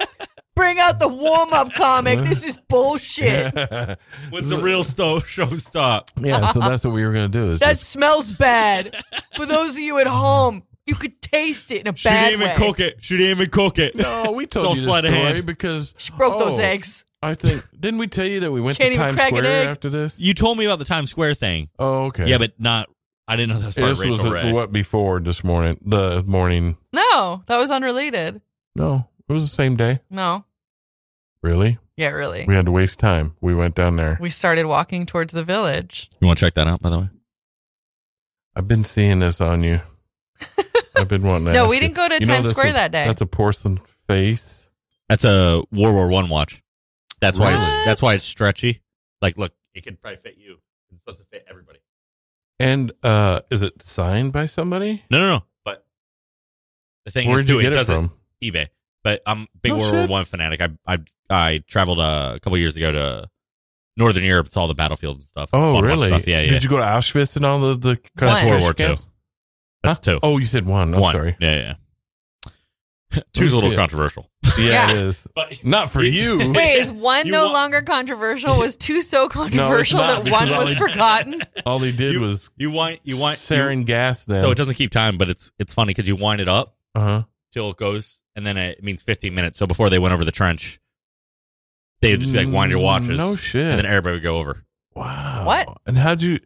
Bring out the warm up comic. This is bullshit.
yeah.
When's the real sto- show stop?
So that's what we were gonna do. Is
That
just,
smells bad. For those of you at home, you could taste it in a
She
bad
didn't even
way.
cook it. She didn't even cook it.
no, we told
all
you the
sleight
story
of hand.
because
She broke those
oh,
eggs.
I think didn't we tell you that we went
Can't
to
even
Times
crack an
Square
egg.
after this?
You told me about the Times Square thing.
Oh, okay.
Yeah, but not. I didn't know that was part
this
of Rachel
was
Ray.
what before this morning. The morning.
No, that was unrelated.
No, it was the same day.
No.
Really?
Yeah, really.
We had to waste time. We went down there.
We started walking towards the village.
You want to check that out, by the way?
I've been seeing this on you. I've been wanting to.
No,
ask
we
you.
didn't go to
You know
Times
that's
Square
a-
that day.
That's a porcelain face.
That's a World War One watch. That's why.
Really?
It's, that's why it's stretchy. Like, look, it could probably fit you. It's supposed to fit everybody.
And uh is it signed by somebody?
No, no, no. But the thing
Where'd
is, too,
you get
it
it
doesn't
from?
eBay. But I'm a big
No
World War
shit.
One fanatic. I I I traveled uh, a couple years ago to Northern Europe. It's all the battlefields and stuff. Bought a
Oh,
bunch of
really?
stuff. Yeah, yeah.
Did you go to Auschwitz and all the the
That's
World
concentration
War Two.
camps?
That's
Huh?
two.
Oh, you said one. I'm
One.
sorry.
Yeah, yeah. Two's a
Oh,
little
shit.
controversial.
Yeah,
Yeah.
it is.
But
Not for you.
Wait, is one
You
no
wa-
longer controversial? Was two so controversial
not,
that one
because
was
I-
forgotten?
All they did
You-
was
you want you want
sarin gas
you-
then.
so it doesn't keep time, but it's it's funny because you wind it up
uh-huh.
till it goes, and then it means 15 minutes. So before they went over the trench, they would just be like, "Wind your watches."
Mm, No shit.
And then everybody would go over.
Wow.
What?
And how'd you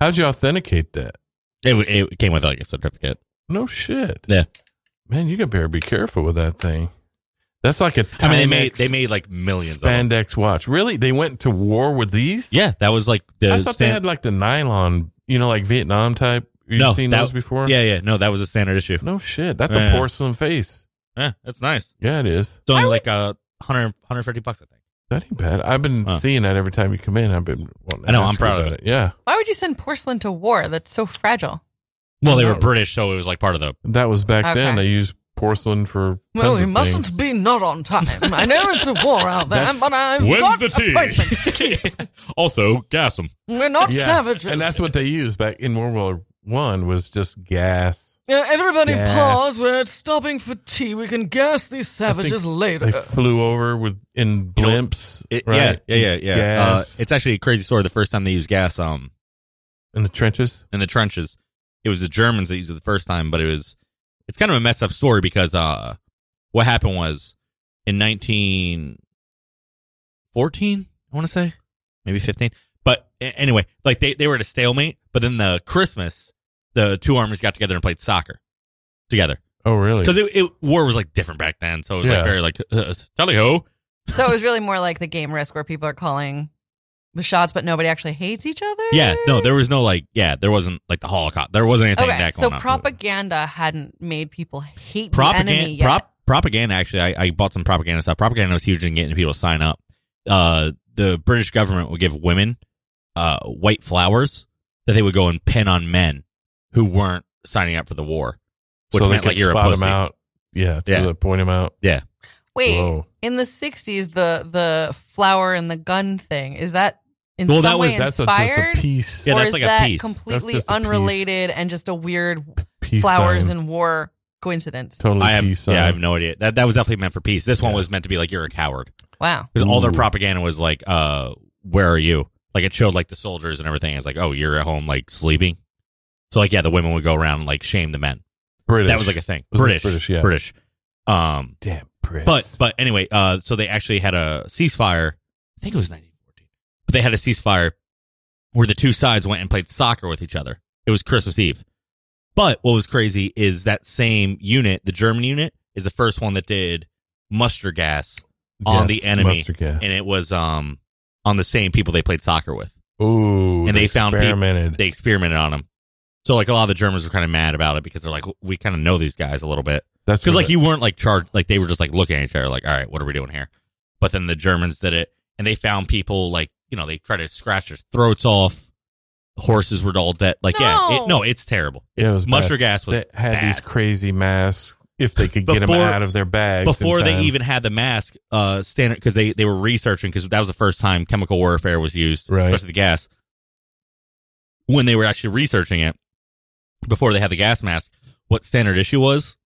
how'd you authenticate that?
It, w- it came with like a certificate.
No shit.
Yeah.
Man, you got better be careful with that thing. That's like a
I mean, they
Timex
made they made like millions of them.
spandex watch. Really? They went to war with these?
Yeah, that was like the
I thought they
stan-
had like the nylon, you know, like Vietnam type. You've
No,
seen
that-
those before?
Yeah, yeah. No, that was a standard issue.
No shit. That's
Yeah.
a porcelain face.
Yeah, that's nice.
Yeah, it is.
It's only like uh, 100, 150 bucks, I think.
That ain't bad. I've been
Huh.
seeing that every time you come in. I've been. wanting to
I know, I'm
ask you
proud of
about it. Yeah,
Why would you send porcelain to war? That's so fragile.
Well, they were British, so it was like part of the.
that was back then.
Okay.
They used porcelain for.
Well,
tons
we
of
mustn't
things.
be not on time. I know it's a war out there,
That's-
but I've got appointments to keep.
also, gas them.
We're not
Yeah,
savages.
and that's what they used back in World War One was just gas.
Yeah, everybody
Gas.
pause. We're stopping for tea. We can gas these savages later.
They flew over with in blimps,
It-
right?
Yeah, yeah, yeah. yeah.
Gas.
Uh, it's actually a crazy story. The first time they used gas um,
in the trenches.
in the trenches, it was the Germans that used it the first time, but it was it's kind of a messed up story because uh, what happened was in 1914, I want to say maybe 15, but a- anyway, like they they were at a stalemate, but then the Christmas, the two armies got together and played soccer together
Oh, really?
because it, it war was like different back then, so it was
Yeah.
like very like uh, tally ho.
so it was really more like the game risk where people are calling the shots, but nobody actually hates each other.
Yeah, no, there was no like, yeah, there wasn't like the Holocaust. There wasn't anything
Okay,
like that
so
going on.
propaganda hadn't made people hate the enemy
propaganda,
yet.
prop, propaganda. Actually, I, I bought some propaganda stuff. Propaganda was huge in getting people to sign up. Uh, the British government would give women uh, white flowers that they would go and pin on men who weren't signing up for the war, which
so they
meant
could
like you're a
spot
pussy.
them out. Yeah,
Yeah.
to the point them out.
Wait,
Whoa.
in the '60s, the the flower and the gun thing is that in
Well,
some
that was-
way
That's a, just a
inspired,
piece.
Yeah,
or
that's
is
like a
that
piece.
completely
That's just a piece.
unrelated and just a weird
Peace
flowers
sign.
and war coincidence?
totally
I have,
peace.
yeah, I
sign.
have no idea. That that was definitely meant for peace. This one
Yeah.
was meant to be like you're a coward
Wow.
because all their
Ooh.
propaganda was like, uh, "Where are you?" Like it showed like the soldiers and everything. It's like, "Oh, you're at home like sleeping." So like, yeah, the women would go around and, like shame the men.
British.
That was like a thing.
Was this
British,
British, yeah.
British. Um,
damn Brits.
but but anyway, uh, so they actually had a ceasefire. I think it was 1914, but they had a ceasefire where the two sides went and played soccer with each other. It was Christmas Eve. But what was crazy is that same unit, the German unit, is the first one that did mustard gas, on the enemy.
mustard gas.
and it was um on the same people they played soccer with.
Ooh,
And they found people-
experimented.
They experimented on them. So like a lot of the Germans were kind of mad about it because they're like, we kind of know these guys a little bit.
That's
because
what
like
it-
you weren't like charged like they were just like looking at each other like all right what are we doing here but then the germans did it and they found people like you know they tried to scratch their throats off horses were all dead like yeah
No.
it, no it's terrible
Yeah, it
it's,
was bad.
mustard gas was
that had
bad.
these crazy masks. If they could get them
Before-
out of their bags in
before they
time.
even had the mask uh standard because they they were researching because that was the first time chemical warfare was used
Right.
especially the gas when they were actually researching it before they had the gas mask what standard issue was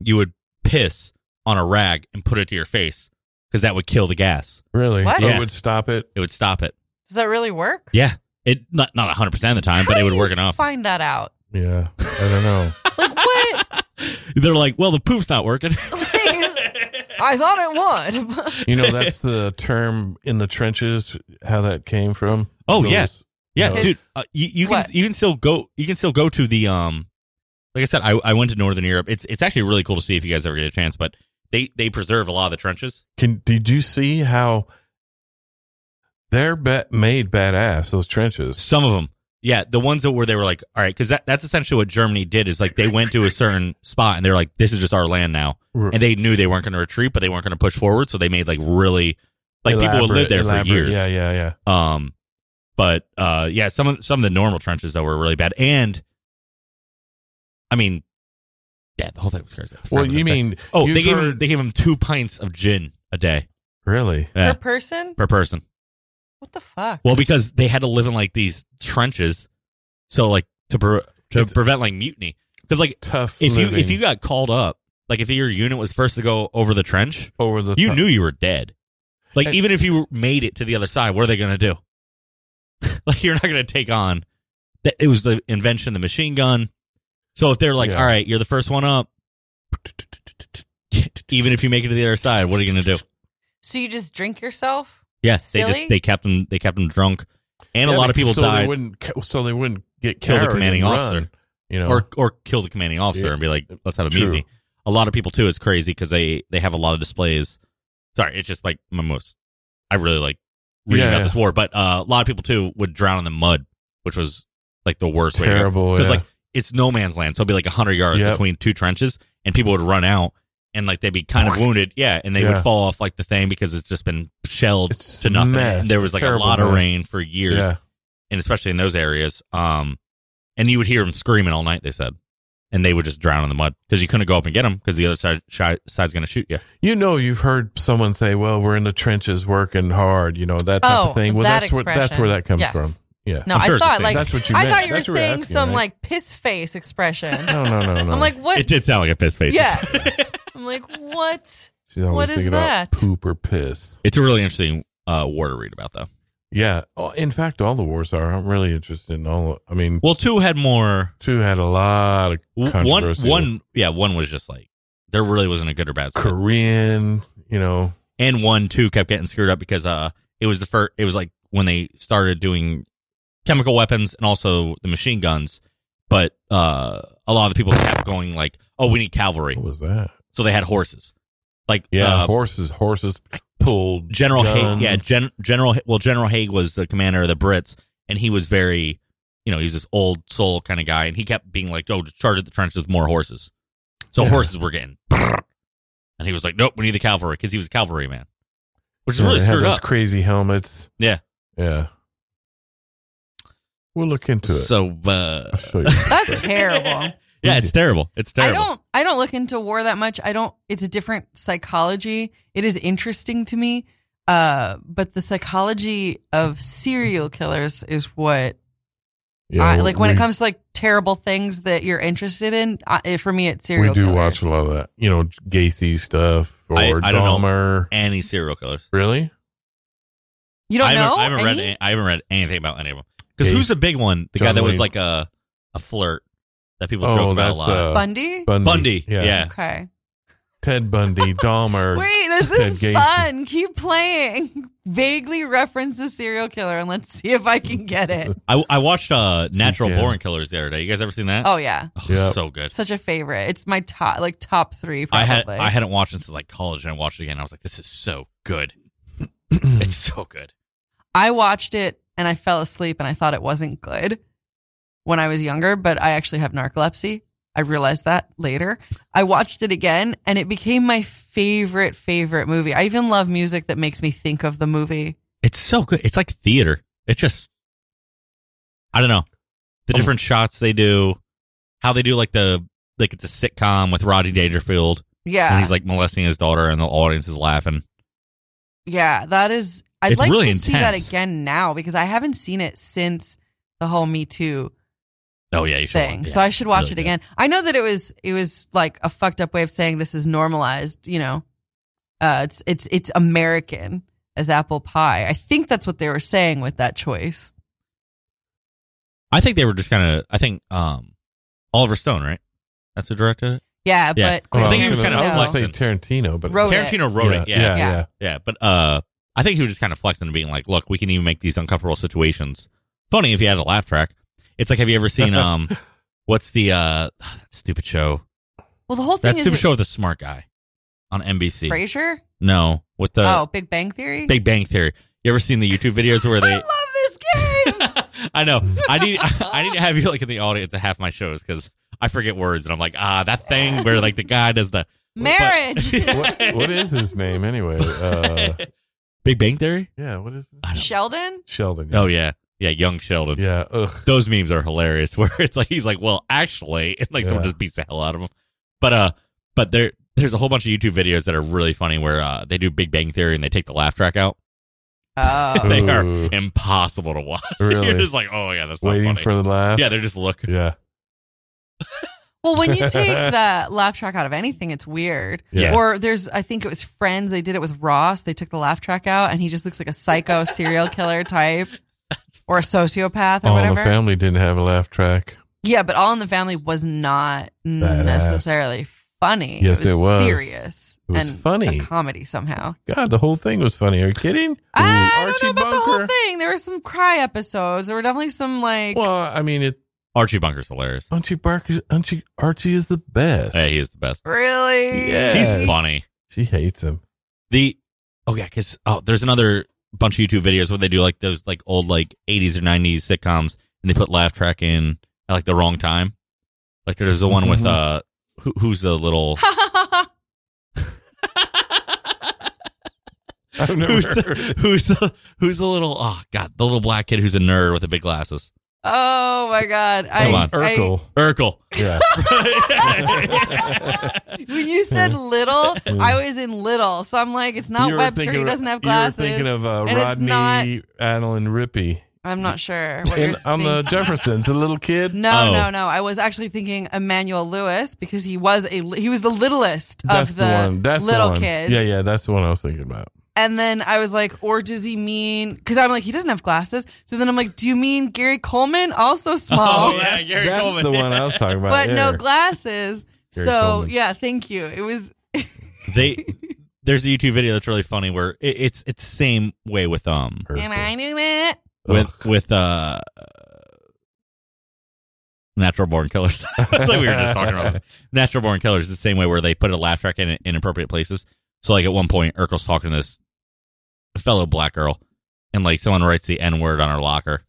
you would piss on a rag and put it to your face because that would kill the gas
really,
What?
So it
Yeah.
would stop it.
it would stop it
Does that really work?
yeah it not not 100% of the time
How
but it
do
would
you
work enough
Find that out.
Yeah, I don't know.
Like what?
they're like well the poop's not working
I thought it would.
You know, that's the term in the trenches. How that came from?
Oh, yeah.
Those-
Yeah,
those-
dude, uh, you, you can
What?
you can still go you can still go to the um like I said I, I went to Northern Europe. It's it's actually really cool to see if you guys ever get a chance, but they they preserve a lot of the trenches.
Can did you see how they're ba- made badass? Those trenches.
Some of them. Yeah, the ones that were they were like, all right, cuz that that's essentially what Germany did is like they went to a certain spot and they're like this is just our land now. And they knew they weren't going to retreat, but they weren't going to push forward, so they made like really like people would
Elaborate-
live there
elaborate.
for years.
Yeah, yeah, yeah.
Um, but uh, yeah, some of some of the normal trenches though were really bad, and I mean, yeah, the whole thing was crazy. I forgot
Well,
what I was
you
gonna say.
mean
Oh,
you've
they gave him
heard-
they gave him two pints of gin a day
really?
Yeah.
Per person?
per person.
What the fuck?
Well, because they had to live in like these trenches, so like to pre- to
It's-
prevent like mutiny. Because like
Tough.
if you if
living
you got called up, like if your unit was first to go over the trench,
over the
you
top-
knew you were dead. Like
And-
even if you made it to the other side, what are they going to do? like you're not going to take on. That it was the invention of the machine gun. So if they're like,
Yeah.
all right, you're the first one up. Even if you make it to the other side, what are you going to do?
So you just drink yourself?
Yes, they
Silly.
just they kept them they kept them drunk, and
Yeah,
a lot
but
of people
so They
died
wouldn't, ca- so they wouldn't get
Kill the
carried
commanding
and
officer.
run, you know,
or or kill the commanding officer
Yeah.
and be like, let's have a
True.
mutiny. A lot of people too is crazy because they they have a lot of displays. Sorry, it's just like my most. I really like reading
Yeah,
about
yeah.
this war, but uh, a lot of people too would drown in the mud, which was like the worst.
terrible.
because
yeah.
like it's no man's land, so it'd be like hundred yards
Yep.
between two trenches, and people would run out, and like they'd be kind of wounded. Yeah, and they would
Yeah.
fall off like the thing because it's just been shelled
It's just
to
a
nothing.
mess.
And there was like
Terrible
a lot of
mess.
rain for years,
Yeah.
and especially in those areas. Um, and you would hear them screaming all night. They said, and they would just drown in the mud because you couldn't go up and get them because the other side shi- side's going to shoot you.
You know, you've heard someone say, "Well, we're in the trenches working hard," you know that type
Oh,
of thing. Well,
that
that's where that's
expression.
where that comes
Yes.
from. Yeah,
No,
I'm
I
sure it's the
thought
same.
like
that's what you.
I
meant.
thought you were
That's what
saying
asking,
some
right?
like piss face expression.
No, no, no, no.
I'm like, what?
It did sound like a fist face.
Yeah. I'm like, what?
She's always
what is
thinking
that?
About poop or piss.
it's a really interesting uh, war to read about though.
Yeah. Oh, in fact, all the wars are. I'm really interested in all. Of, I mean,
Well, two had more.
two had a lot of
w- One,
controversy.
one, yeah, one was just like there really wasn't a good or bad. split.
Korean. You know,
and one too kept getting screwed up because uh it was the first it was like when they started doing chemical weapons and also the machine guns but uh a lot of the people kept going like oh we need cavalry
what was that?
so they had horses like
Yeah,
uh,
horses. Horses pulled.
general haig
guns.
yeah Gen- general Ha- well general haig was the commander of the brits and he was very you know he's this old soul kind of guy and he kept being like oh charge at the trenches with more horses so
Yeah.
horses were getting and he was like nope we need the cavalry because he was a cavalry man which is
Yeah,
really
they had
screwed
those
up
crazy helmets.
Yeah.
Yeah. We'll look into it.
So, uh,
I'll show you.
That's terrible.
yeah, it's terrible. It's
I
terrible.
don't I don't look into war that much. I don't it's a different psychology. It is interesting to me. Uh, but the psychology of serial killers is what
Yeah,
I, like when
we-
it comes to like terrible things that you're interested in. I, it- for me, it's
we
serial.
do
killers.
watch a lot of that. You know, Gacy stuff or
I- I don't know.
Dahmer.
Any serial killers?
Really?
You don't
I haven't,
know.
I haven't read.
any?
Any, I haven't read anything about any of them. Because
Gaze-
who's the big one? The guy
John
that was
Wayne.
like a a flirt that people joke
Oh,
about a
that's
lot.
uh,
Bundy.
Bundy.
Bundy. Yeah.
Okay.
Ted Bundy, Dahmer.
Wait, this is
Ted Gacy.
fun. Keep playing. Vaguely reference the serial killer and let's see if I can get it.
I, I watched uh, Natural
Yeah.
Born Killers the other day. You guys ever seen that?
Oh yeah,
Oh,
Yep.
so good.
such a favorite. It's my top like top three. Probably.
I had I hadn't watched it since like college, and I watched it again. I was like, this is so good.
Mm-hmm.
it's so good.
I watched it and I fell asleep and I thought it wasn't good when I was younger, but I actually have narcolepsy. I realized that later. I watched it again and it became my favorite, favorite movie. I even love music that makes me think of the movie.
It's so good. It's like theater. It just, I don't know, the different shots they do, how they do like the like it's a sitcom with
Mm-hmm.
Roddy Dangerfield and
Yeah.
he's like molesting his daughter and the audience is laughing.
yeah. That is, I'd
It's
like to
really
see that
intense.
again now because I haven't seen it since the whole Me Too
Oh yeah, you should.
thing.
watch it.
So I should watch
Really
it
good.
again. I know that it was it was like a fucked up way of saying this is normalized, you know. Uh it's it's it's American as apple pie. I think that's what they were saying with that choice.
I think they were just kind of. I think um, Oliver Stone, right? That's who directed it.
Yeah,
Yeah.
but
Oh,
I think he was
was
kind
gonna-
of
I was
Quentin
going
flexing.
to say Tarantino, but
Wrote it.
Tarantino wrote it. Yeah.
yeah,
yeah,
Yeah.
But uh, I think he was just kind of flexing and being like, "Look, we can even make these uncomfortable situations funny." If you had a laugh track, it's like, have you ever seen um, what's the uh, that stupid show?
Well, the whole thing
That
is
stupid
it
show with the smart guy on NBC.
Frasier?
No, with the
oh, Big Bang Theory?
Big Bang Theory. You ever seen the YouTube videos where
I
they?
love this game.
I know. I need. I need to have you like in the audience at half my shows because I forget words and I'm like, ah, that thing where like the guy does the
Marriage.
But-
What, what is his name anyway? Uh,
Big Bang Theory?
yeah, what is it?
I don't-
Sheldon?
Sheldon?
Oh yeah, yeah. Young Sheldon.
yeah. Ugh.
Those memes are hilarious. Where it's like he's like, well, actually, and like someone
Yeah.
just beats the hell out of him. But uh, but there there's a whole bunch of YouTube videos that are really funny where uh they do Big Bang Theory and they take the laugh track out.
Oh.
They are
Ooh.
impossible to watch. You're
Really?
just like, oh yeah, that's not
Waiting
funny.
for the laugh.
yeah, they're just look.
yeah.
Well, when you take the laugh track out of anything, it's weird.
Yeah.
Or there's, I think it was Friends. They did it with Ross. They took the laugh track out, and he just looks like a psycho serial killer type, or a sociopath, or
All in Oh, the
whatever.
family didn't have a laugh track.
yeah, but All in the Family was not
Badass.
necessarily funny.
Yes, it was.
serious.
It was
and
funny.
A comedy somehow.
God, the whole thing was funny. Are you kidding?
I
Ooh,
don't know about the whole thing. There were some cry episodes. There were definitely some like.
Well, I mean, it,
Archie Bunker's hilarious.
Archie Barker, Archie, Archie is the best.
Hey, he is the best.
really?
Yeah.
He's funny.
She hates him.
The oh yeah, because oh, there's another bunch of YouTube videos where they do like those like old like 80s or 90s sitcoms, and they put laugh track in at like the
Mm-hmm.
wrong time. Like there's the one with
Mhm.
uh, who, who's the little
I've never
who's
heard
the, who's the who's the little oh god the little black kid who's a nerd with the big glasses
Oh my god!
Come
I,
on.
I,
Urkel.
Urkel.
yeah.
when you said little, I was in little, so I'm like, it's not
You were
Webster. He
thinking-
doesn't have
You were
glasses.
thinking of uh,
and it's
Rodney
not-
Allen Rippey
I'm not sure. What
in,
you're
on the
thinking.
Jeffersons, the little kid.
No,
Oh.
no, no. I was actually thinking Emmanuel Lewis because he was a li- he was the littlest
That's
of
the,
the,
one. That's the
little
one.
kids.
Yeah, yeah, that's the one I was thinking about.
And then I was like, or does he mean? Because I'm like, he doesn't have glasses. So then I'm like, do you mean Gary Coleman, also small,
Oh, yeah, Gary
that's
Coleman.
the one I was talking about.
but no
yeah.
glasses?
Gary
so
Coleman.
yeah, thank you. It was
They there's a YouTube video that's really funny where it, it's it's the same way with um
Urkel.
and I knew that.
with
Ugh.
with uh natural born killers. it's like we were just talking about this. natural born killers is the same way where they put a laugh track in inappropriate places. So like at one point Urkel's talking to this fellow black girl and like someone writes the N word on her locker.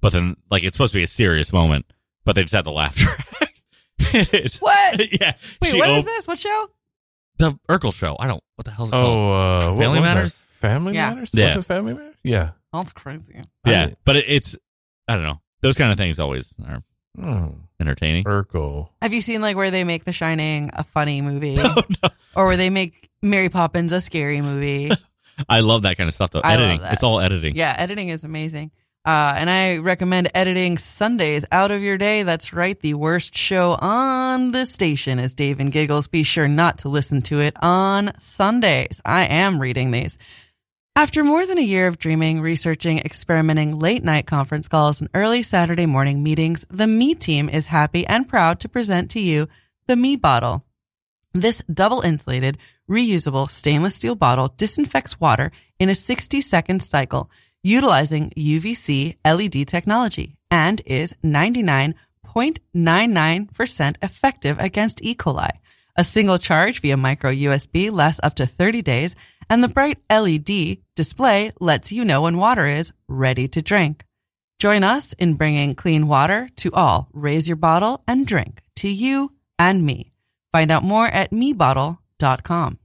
But then like it's supposed to be a serious moment, but they just had the laugh track. It's-
What?
yeah.
Wait,
she
what is
op-
this? What show?
The Urkel show. I don't what the hell's it called?
Oh, uh, what
Family
was that?
Matters?
Family
Yeah.
matters.
Yeah.
Was it family matters? Yeah.
That's crazy.
Yeah. but it, it's I don't know. Those kind of things always are
I- hmm,
entertaining.
Urkel.
Have you seen like where they make The Shining a funny movie,
Oh, no.
or where they make Mary Poppins a scary movie?
I love that kind of stuff though.
I love
editing.
that.
It's all editing.
Yeah, editing is amazing. Uh, and I recommend editing Sundays out of your day. That's right. The worst show on the station is Dave and Giggles. Be sure not to listen to it on Sundays. I am reading these. After more than a year of dreaming, researching, experimenting, late night conference calls, and early Saturday morning meetings, the Me Team is happy and proud to present to you the Me Bottle. This double insulated, reusable stainless steel bottle disinfects water in a 60 second cycle utilizing UVC LED E technology and is 99.99% effective against E. coli. A single charge via micro USB lasts up to 30 days and the bright LED display lets you know when water is ready to drink. Join us in bringing clean water to all. Raise your bottle and drink to you and me. Find out more at mebottle.com.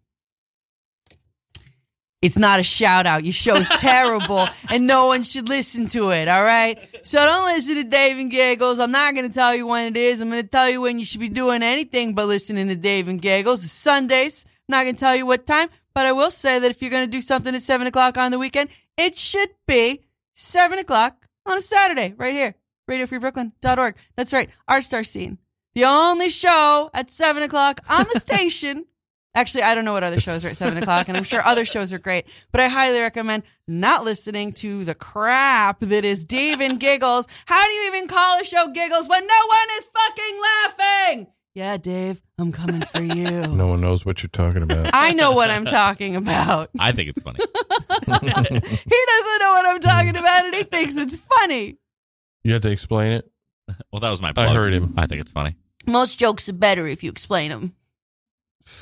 It's not a shout out. Your show's terrible and no one should listen to it, all right? So don't listen to Dave and Giggles. I'm not going to tell you when it is. I'm going to tell you when you should be doing anything but listening to Dave and Giggles. It's Sundays. I'm not going to tell you what time, but I will say that if you're going to do something at 7 o'clock on the weekend, it should be 7 o'clock on a Saturday right here. RadioFreeBrooklyn.org. That's right. Art Star Scene. The only show at 7 o'clock on the station. Actually, I don't know what other shows are at 7 o'clock, and I'm sure other shows are great, but I highly recommend not listening to the crap that is Dave and Giggles. How do you even call a show Giggles when no one is fucking laughing? Yeah, Dave, I'm coming for you.
No one knows what you're talking about.
I know what I'm talking about.
I think it's funny.
He doesn't know what I'm talking about, and he thinks it's funny.
you have to explain it.
Well, that was my plug.
heard him.
I think it's funny.
Most jokes are better if you explain them.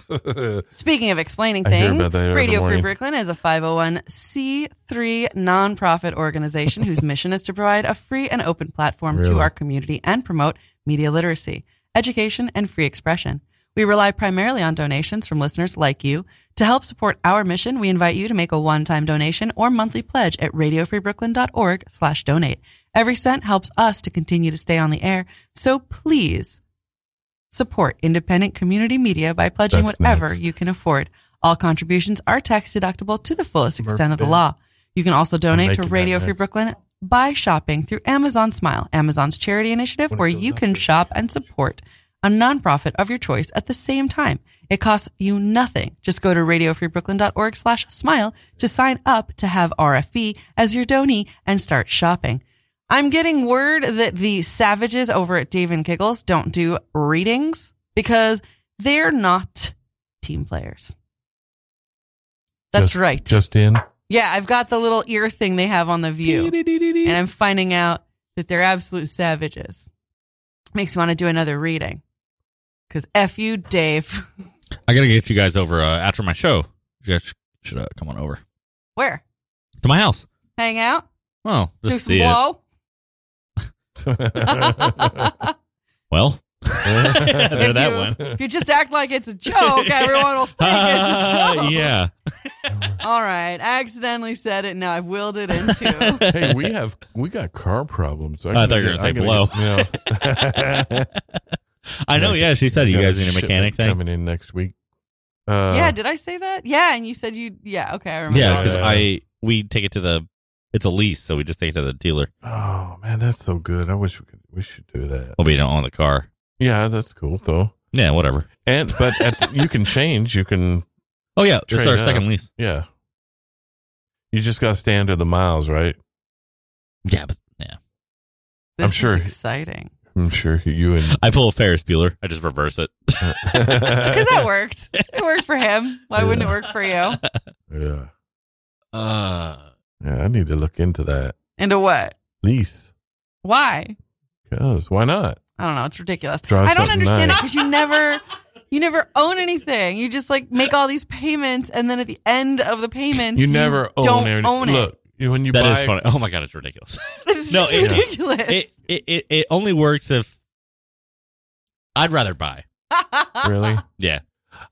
That's
Speaking of explaining
I hear
things,
about that every
Radio Free
morning.
Brooklyn is a 501c3 nonprofit organization whose mission is to provide a free and open platform to
Really?
our community and promote media literacy, education, and free expression. We rely primarily on donations from listeners like you. To help support our mission, we invite you to make a one-time donation or monthly pledge at radiofreebrooklyn.org slash donate. Every cent helps us to continue to stay on the air. So please Support independent community media by pledging
That's
whatever
next.
you can afford. All contributions are tax deductible to the fullest extent of the
Murphy.
law. You can also donate to
making that
Radio Free
next.
Brooklyn by shopping through Amazon Smile, Amazon's charity initiative where you can shop and support a nonprofit of your choice at the same time. It costs you nothing. Just go to radiofreebrooklyn.org slash smile to sign up to have RFB as your donee and start shopping. I'm getting word that the savages over at Dave and Giggles don't do readings because they're not team players. That's right.
Just in.
yeah, I've got the little ear thing they have on the view, and I'm finding out that they're absolute savages. Makes me want to do another reading because f you, Dave.
I gotta get you guys over uh, after my show. You guys should uh, come on over
Where
to my house.
hang out,
Well,
do
just
some
see it.
blow.
That's
Well, They're
If
that
you-
one.
If you just act like it's a joke, everyone will think it's a joke.
yeah.
All right. I accidentally said it. Now I've willed it into.
hey, we have we got car problems.
I thought you were
gotta
gonna say
get-
blow.
I gotta get- yeah.
I know. Yeah, she said you
Got
guys need a
shipment
mechanic thing.
coming in next week. Uh,
yeah. Did I say that? Yeah. And you said you. Yeah. Okay. I remember.
Yeah, because
Yeah.
I we take it to the. It's a lease, so we just take it to the dealer.
Oh man, that's so good. I wish we could. We should do that.
Well, we don't own the car.
Yeah, that's cool though.
Yeah, whatever.
And but at the- you can change. You can
Oh yeah, this is
Trade
our
up.
second lease.
yeah. You just got to stay under the miles, right?
Yeah, but yeah,
This
I'm sure.
Is exciting.
I'm sure you and
I pull a Ferris Bueller. I just reverse it.
Because that worked. It worked for him. Why wouldn't it
Yeah.
work for you?
yeah,
Uh,
yeah. I need to look into that
Into what?
lease
Why?
because why not?
I don't know. It's ridiculous.
Drive
I don't
something
understand it
nice.
because you never. You never own anything. You just like make all these payments, and then at the end of the payments,
You never own,
don't
any-
own it.
Look, when you
that
buy
is funny. Oh my god, it's ridiculous.
This is
No,
just
it-
ridiculous.
it, it it it only works if I'd rather buy.
really,
Yeah,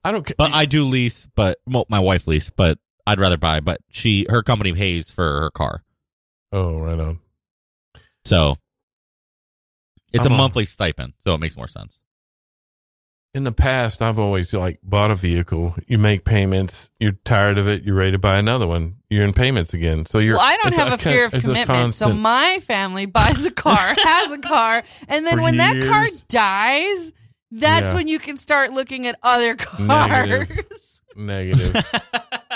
I don't. ca-
but I do lease. But well, my wife lease, but I'd rather buy. But she her company pays for her car,
oh, right on.
so it's
I'm
a
a-
monthly stipend, so it makes more sense.
in the past i've always like bought a vehicle you make payments you're tired of it you're ready to buy another one you're in payments again so you're
well, I don't
it's
have a,
con-
fear of
it's a
commitment. So
constant-
my family buys a car, has a car, and then
For
when that car
years.
dies, that's
Yeah.
when you can start looking at other cars.
negative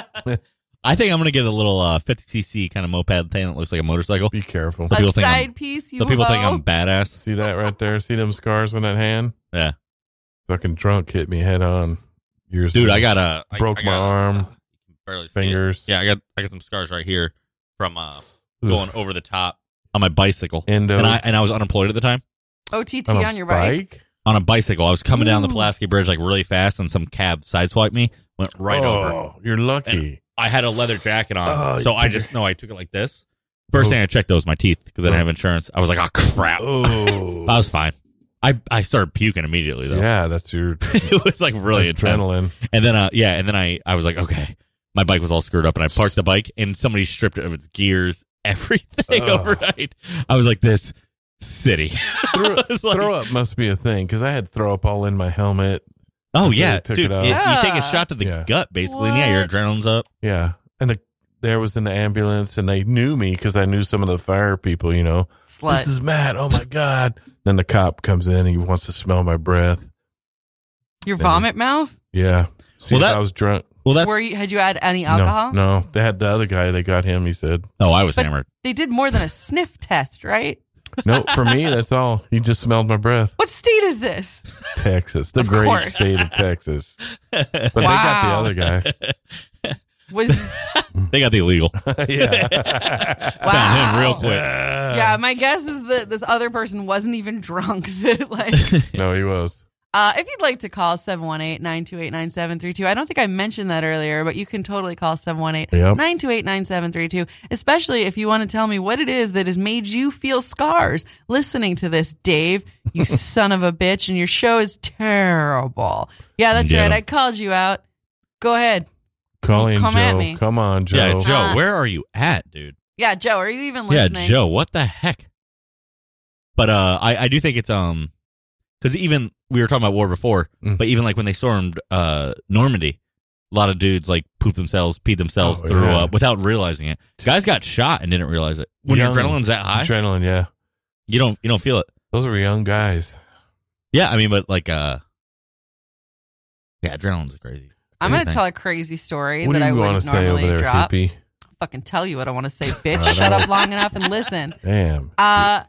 I think I'm gonna get a little uh, 50cc kind of moped thing that looks like a motorcycle.
be careful
But-
a
people think I'm-
side piece, you
So people think
hoe.
I'm badass.
see that right there see them scars on that hand
Yeah.
fucking drunk hit me head on years
Dude,
ago.
I got a I-
Broke
I
my
got,
arm,
uh, barely see it.
fingers
Yeah, I got I got some scars right here from uh,
Oof.
going over the top on my bicycle.
endo
And I and I was unemployed at the time.
OTT
a
on, your bike.
On a bicycle, I was coming down the
Ooh.
Pulaski Bridge like really fast, and some cab sideswiped me, went right
oh,
over.
you're lucky
I had a leather jacket on,
Oh,
so
you
I just no, I took it like this. First thing I checked though was my teeth because I didn't have insurance. I was like, oh crap,
oh
I was fine. I I started puking immediately though.
yeah that's your
it was like really intense.
adrenaline
And then, uh, yeah, and then I, I was like, okay, my bike was all screwed up, and I parked the bike, and somebody stripped it of its gears, everything
Ugh.
overnight. I was like, this city.
throw,
I was like-
throw up must be a thing because i had throw up all in my helmet
Oh
They
yeah,
took
dude,
it out.
if you take a
Yeah.
shot to the
Yeah.
gut, basically, and yeah, your
What?
adrenaline's up.
Yeah, and the, there was an ambulance, and they knew me because I knew some of the fire people. You know, this
Slut.
is Matt. Oh my god! Then the cop comes in. He wants to smell my breath.
your vomit mouth?
Yeah, see
Well,
if
that-
I was drunk.
Well, that's
Were you, had you had any alcohol?
No, no, they had the other guy. They got him. He said,
oh, I was
But-
hammered.
They did more than a sniff test, right?
"No, for me, that's all." He just smelled my breath.
What state is this?
Texas, the
Of
great
course.
state of Texas. But they
Wow.
got the other
Was
They got the illegal.
guy. yeah,
wow.
Found him real quick.
uh,
Yeah, my guess is that this other person wasn't even drunk. That like,
no, he was.
uh, if you'd like to call 718-928-9732. I don't think I mentioned that earlier, but you can totally call 718-928-9732, especially if you want to tell me what it is that has made you feel scars listening to this, Dave, you son of a bitch, and your show is terrible. Yeah, that's
Yeah.
right. I called you out. Go ahead.
Call in
come
Joe.
at me.
Come on, Joe.
Yeah, Joe,
Uh,
where are you at, dude?
Yeah, Joe, are you even listening?
Yeah, Joe, what the heck? But uh, I I do think it's um, because even we were talking about war before,
Mm.
but even like when they stormed uh Normandy, a lot of dudes like pooped themselves, peed themselves,
Oh,
threw
yeah.
up without realizing it. Guys got shot and didn't realize it. When
Young.
your adrenaline's that high,
Adrenaline. Yeah,
you don't you don't feel it.
those were young guys.
Yeah, I mean, but like uh, yeah, adrenaline's crazy.
I'm
What do
going
you
to
think?
tell a crazy story
what do
that I
you want
wouldn't
to say over
normally
there,
drop.
hippie?
fucking tell you what I want to say, bitch.
I
Shut
know.
up long enough and listen.
Damn.
Uh,
There's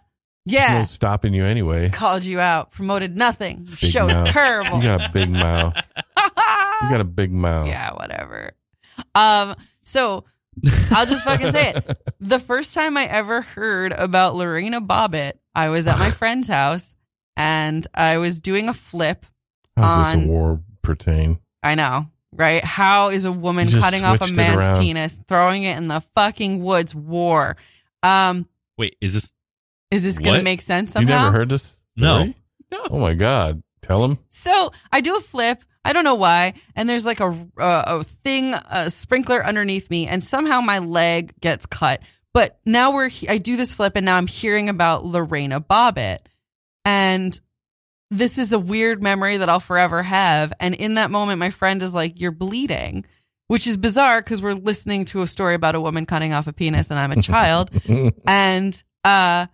yeah,
No stopping you anyway.
called you out, promoted nothing.
Big
Show
mouth.
is terrible.
You got a big mouth. You got a big mouth.
yeah, whatever. Um, so I'll just fucking say it. The first time I ever heard about Lorena Bobbitt, I was at my friend's house and I was doing a flip.
How's this
On-
a war pertain?
I know, right? How is a woman
You just
cutting off a
switched it
man's
around.
penis, throwing it in the fucking woods? War. Um,
Wait, is this
is this gonna
What?
make sense
You
somehow?
never heard this?
No.
story? Oh my God. Tell him.
So I do a flip. I don't know why. And there's like a uh, a thing, a sprinkler underneath me, and somehow my leg gets cut. But now we're he- I do this flip, and now I'm hearing about Lorena Bobbitt, and this is a weird memory that I'll forever have. And in that moment, my friend is like, "You're bleeding." Which is bizarre because we're listening to a story about a woman cutting off a penis and I'm a child. And uh,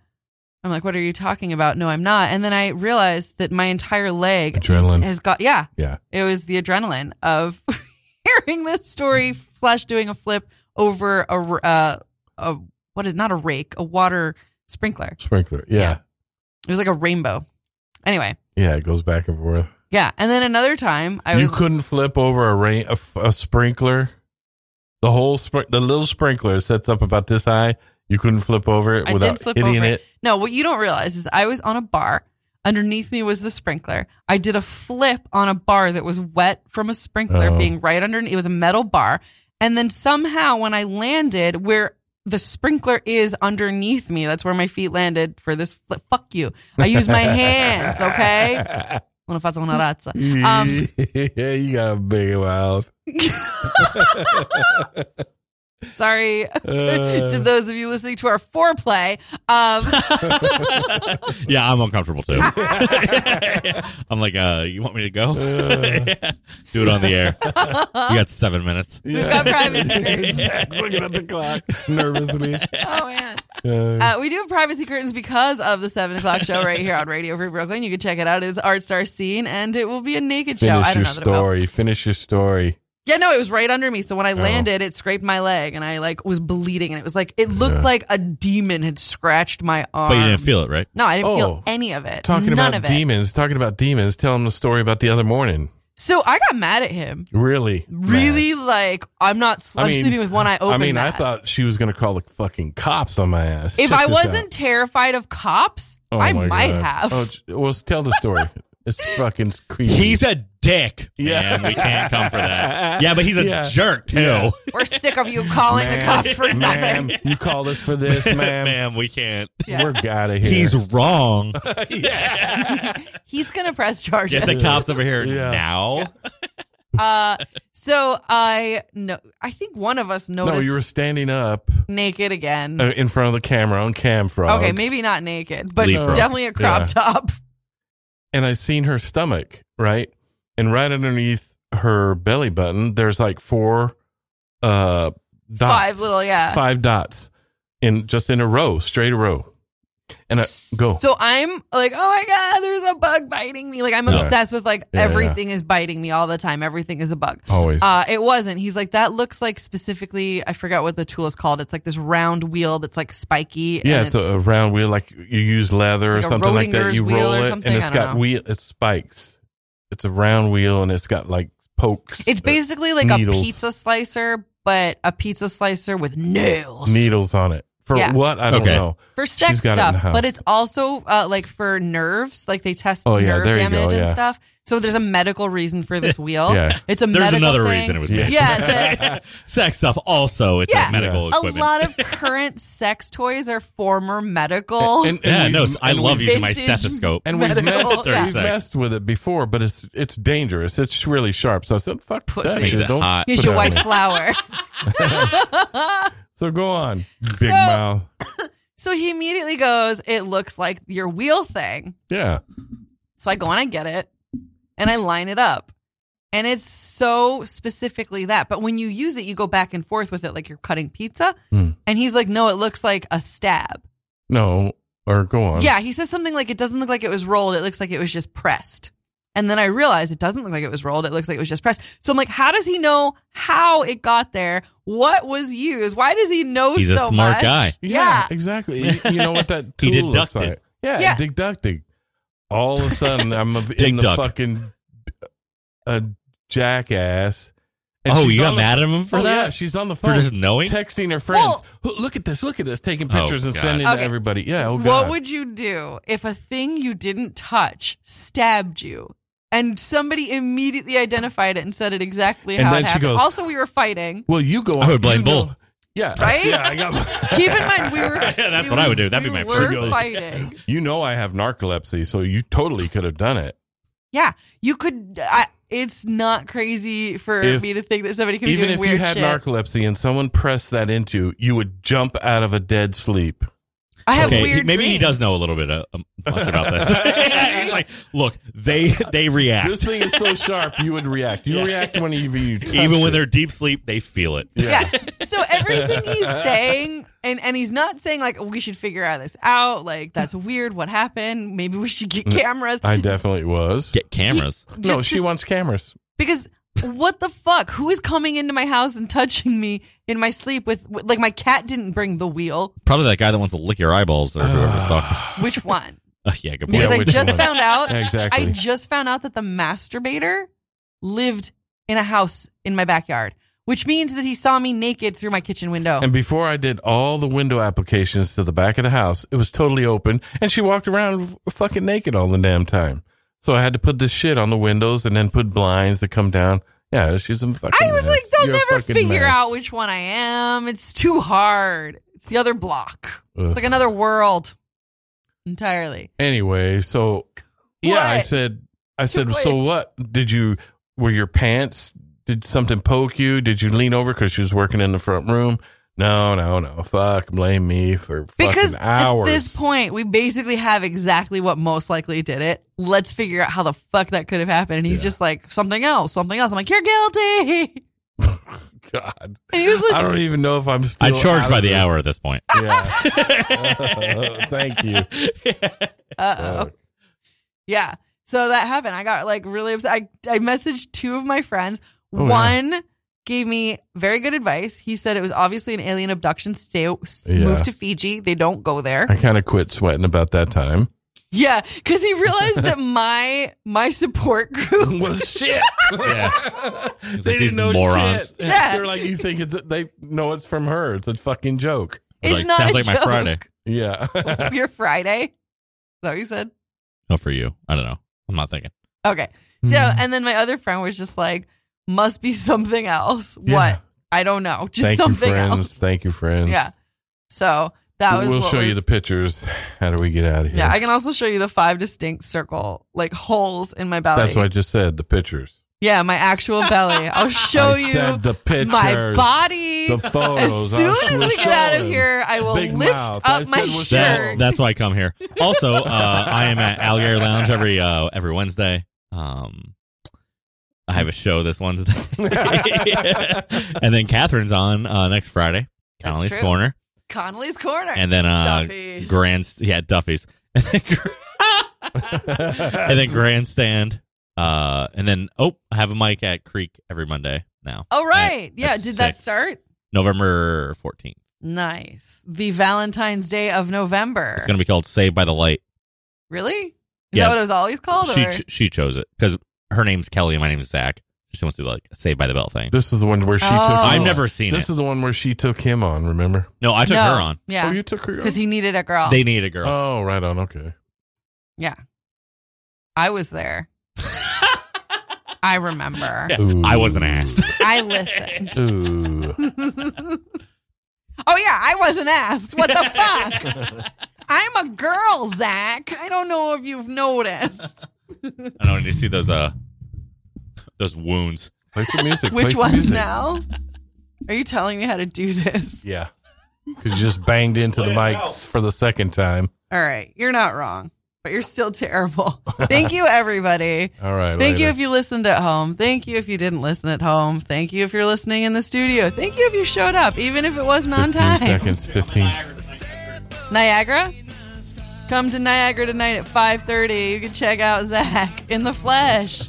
I'm like, what are you talking about? No, I'm not. And then I realized that my entire leg
Adrenaline.
has, has got, yeah,
Yeah.
it was the adrenaline of hearing this story slash doing a flip over a, r- uh, a, what is not a rake, a water sprinkler.
Sprinkler. Yeah.
It was like a rainbow. Anyway.
Yeah. it goes back and forth.
Yeah. And then another time I
you
was,
couldn't flip over a rain, a, f- a sprinkler. The whole, spr- the little sprinkler sets up about this high. You couldn't flip over it
I
without
did flip
hitting
over
it.
it. No, what you don't realize is I was on a bar. Underneath me was the sprinkler. I did a flip on a bar that was wet from a sprinkler
Oh.
being right underneath. It was a metal bar. And then somehow when I landed where the sprinkler is underneath me, that's where my feet landed for this flip. Fuck you. I used my hands, okay? Una faccia, una razza. Um,
yeah, you got a big mouth.
Sorry
Uh.
to those of you listening to our foreplay. Um,
yeah, I'm uncomfortable too. I'm like, uh, you want me to go? Do it on the air. You got seven minutes.
We've got private curtains.
Zach's looking at the clock nervously.
oh, man.
Uh,
Uh, we do have privacy curtains because of the seven o'clock show right here on Radio Free Brooklyn. You can check it out. It's Art Star Scene, and it will be a naked show. I
finish
don't
your
know that it will.
story. Oh. Finish your story.
Yeah, no, it was right under me. So when I landed, it scraped my leg, and I like was bleeding, and it was like it looked
Yeah.
like a demon had scratched my arm.
But you didn't feel it, right?
No, I didn't
Oh.
feel any of it.
Talking
None
about
of it.
demons. Talking about demons. Tell him the story about the other morning.
So I got mad at him.
Really?
Really, like I'm not. Sl-
I
I'm
mean-
sleeping with one eye open.
I mean, I
mad.
thought she was going to call the fucking cops on my ass.
if
Check
I
this
wasn't
out.
terrified of cops,
Oh
I
my
might
God.
have.
Oh, j- well, s- tell the story. it's fucking creepy.
He's a dick.
Yeah.
Yeah, we can't come for that. Yeah, but he's a
Yeah.
jerk too.
Yeah.
We're sick of you calling the cops for nothing.
ma'am, you called us for this, ma'am.
Ma'am, we can't.
Yeah.
We're out of here.
He's wrong.
He's gonna press charges.
Get the cops over here
Yeah.
now.
Uh, so I no, I think one of us
no,
noticed
you were standing up
naked again.
uh, in front of the camera on Cam Frog.
okay, maybe not naked, but
Leapfrog.
definitely a crop
Yeah.
top.
and I seen her stomach, right? And right underneath her belly button, there's like four uh dots.
Five little, yeah.
five dots in just in a row, straight a row. And I go.
So I'm like, oh my god, there's a bug biting me. Like I'm
Yeah.
obsessed with like
Yeah, Oh, yeah.
everything is biting me all the time. Everything is a bug.
Always.
Uh, it wasn't. He's like, that looks like specifically. I forgot what the tool is called. It's like this round wheel that's like spiky.
yeah,
and
it's a, a round wheel like you use leather
Like
or
a
something like that.
Rodinger's
You
wheel
roll
or
it and
something?
it's
I don't
got
know.
wheel it's spikes. It's a round wheel and it's got like pokes.
It's
uh,
basically like
needles.
a pizza slicer, but a pizza slicer with nails.
needles on it. For
Yeah.
what? I don't
Okay.
know.
for sex
She's got it in the
stuff,
house.
but it's also uh, like for nerves. Like they test
Oh, yeah,
nerve
there you
damage
go,
and
yeah.
stuff. So there's a medical reason for this wheel.
Yeah.
It's a
There's
medical
another
thing.
reason it was
Yeah.
made.
Yeah,
Sex stuff also. It's
Yeah.
like medical
Yeah.
a
equipment.
lot of current sex toys are former medical.
yeah, no,
we've-
I
and
love
we've-
using my
vintage
stethoscope. Oh,
And we've
Medical,
messed,
yeah.
we've messed with it before, but it's it's dangerous. It's really sharp. So I said, "Fuck that
Pussy.
shit.
Makes it
Don't
hot.
Here's
put
your white
that on it."
flower.
So go on, big
So-
mouth.
so he immediately goes, "It looks like your wheel thing."
Yeah,
So I go and I get it and I line it up. And it's so specifically that. But when you use it, you go back and forth with it like you're cutting pizza.
Hmm.
And he's like, no, it looks like a stab.
no, or go on.
Yeah, he says something like, it doesn't look like it was rolled. It looks like it was just pressed. And then I realized it doesn't look like it was rolled. It looks like it was just pressed. So I'm like, how does he know how it got there? What was used? Why does he know
He's a
so
smart
much?
guy.
Yeah.
exactly. You, you know what that tool
He
looks
deducted.
like? Yeah,
Yeah.
deducting. All of a sudden, I'm in
Dig
the
duck.
fucking uh, jackass. And
oh,
she's
you
on
got
the-
mad at him for
oh,
that?
Yeah, she's on the
for
phone.
just knowing?
texting her friends.
Well-
"Look- look at this, look at this, taking
Oh,
pictures and
God.
sending to
Okay.
everybody. Yeah. Oh, God.
What would you do if a thing you didn't touch stabbed you? And somebody immediately identified it and said it exactly
And
how
then
it
she
happened.
goes-
also, we were fighting.
well, you go.
I would
on-
blame
you know-
both.
Yeah.
Right?
Yeah, I got
Keep in mind, we were.
Yeah, that's
it
what I
was-
would do. That'd
we
be my
were
first-
fighting.
You know I have narcolepsy, so you totally could have done it.
Yeah, you could. I, it's not crazy for
If-
me to think that somebody can be
Even
doing
if
weird
you had
shit.
narcolepsy and someone pressed that into you, you would jump out of a dead sleep.
I have
okay, he-
weird.
maybe he
dreams.
does know a little bit uh, um, much about this. He's like, look, they they react
This thing is so sharp, you would react. You react E when even you touch
even when
it.
they're deep sleep. They feel it.
Yeah. So everything he's saying, and and he's not saying like we should figure out this out. Like that's weird. What happened? Maybe we should
Mm.
get cameras.
I definitely was.
Get cameras.
no,
Just
she
to-
wants cameras.
because what the fuck? Who is coming into my house and touching me in my sleep with with- like my cat didn't bring the wheel?
Probably that guy that wants to lick your eyeballs or whoever's talking.
Ah.
Which one?
Oh, yeah, good point.
Because
Yeah,
I
which
just
one?
found out.
Exactly.
I just found out that the masturbator lived in a house in my backyard, which means that he saw me naked through my kitchen window.
and before I did all the window applications to the back of the house, it was totally open, and she walked around fucking naked all the damn time. So I had to put this shit on the windows and then put blinds to come down. Yeah, she's a fucking.
I was
mess.
like, they'll
You're a
never
fucking
figure
mess.
out which one I am. It's too hard. It's the other block.
Ugh.
It's like another world entirely.
Anyway, so yeah, I
What?
said, I said, so
much.
what did you? Were your pants? Did something poke you? Did you lean over because she was working in the front room? No, no, no. Fuck, blame me for
Because
fucking
at
hours.
this point, we basically have exactly what most likely did it. Let's figure out how the fuck that could have happened. And he's just like, something else, something else. I'm like, you're guilty.
God,
And he was
I
like,
don't even know if I'm still.
I charge
out
by
of
the
this.
hour at this point.
Yeah. Thank you.
uh oh. Yeah. So that happened. I got like really upset. I, I messaged two of my friends.
Oh,
One
yeah.
gave me very good advice. He said it was obviously an alien abduction. Stay, s-
Yeah.
move to Fiji. They don't go there.
I kind of quit sweating about that time.
yeah, because he realized that my my support group.
Well, shit.
Yeah.
they
like these morons.
Yeah.
They're like, you think it's they know it's from her. It's a fucking joke.
It's
Like,
not
sounds
a
like my
joke.
Friday.
Yeah.
Your Friday. Is that what you said?
No, for you. I don't know. I'm not thinking.
Okay. So
Mm-hmm.
and then my other friend was just like, must be something else.
Yeah.
What? I don't know. Just
Thank you,
something
friends.
else.
Thank you, friends.
Yeah. So that was
we'll
what
show you
was-
the pictures. How do we get out of here?
Yeah, I can also show you the five distinct circle like holes in my belly.
That's what I just said. The pictures.
yeah, my actual belly. I'll show
I
you
said the pictures.
my body.
The
as
photos. I
soon as
was
we get out of
showing.
here, I will
Big
lift
mouth. I
up my
said we'll show
shirt.
Sure.
That, that's why I come here. Also, uh, I am at Alligator Lounge every uh, every Wednesday. Um, I have a show this Wednesday, and then Catherine's on uh, next Friday.
That's
Connolly's
true.
Corner,
Connolly's corner.
and then uh,
Duffy's.
Grand, yeah, Duffy's, and then, and then Grandstand, uh, and then oh, I have a mic at Creek every Monday now.
oh right.
At-
yeah,
at
did that
six.
start?
November fourteenth.
Nice. The Valentine's Day of November.
It's gonna be called Saved by the Light.
really? Is
Yeah.
that what it was always called?
She
or?
ch- she chose it because her name's Kelly and my name is Zach. She wants to be like Saved by the Bell thing.
This is the one where she took.
Oh.
I've never seen
This
it.
is the one where she took him on. Remember?
No, I took
no.
her on.
Oh,
Yeah.
you took her.
Because he needed a girl.
They need a girl.
Oh, right on. Okay.
I was there. I remember.
Yeah,
Ooh.
I wasn't asked.
I listened.
Ooh.
oh yeah, I wasn't asked. What the fuck? I'm a girl, Zach. I don't know if you've noticed.
I know. I need to see those uh those wounds.
Play some music. play
Which
some
ones
music.
now? Are you telling me how to do this?
Yeah. Because you just banged into the mics for the second time.
All right, you're not wrong, but you're still terrible. Thank you, everybody.
All right.
Thank you
later.
if you listened at home. Thank you if you didn't listen at home. Thank you if you're listening in the studio. Thank you if you showed up, even if it wasn't on
15
time.
seconds. 15.
Niagara. Come to Niagara tonight at 5:30. You can check out Zach in the flesh.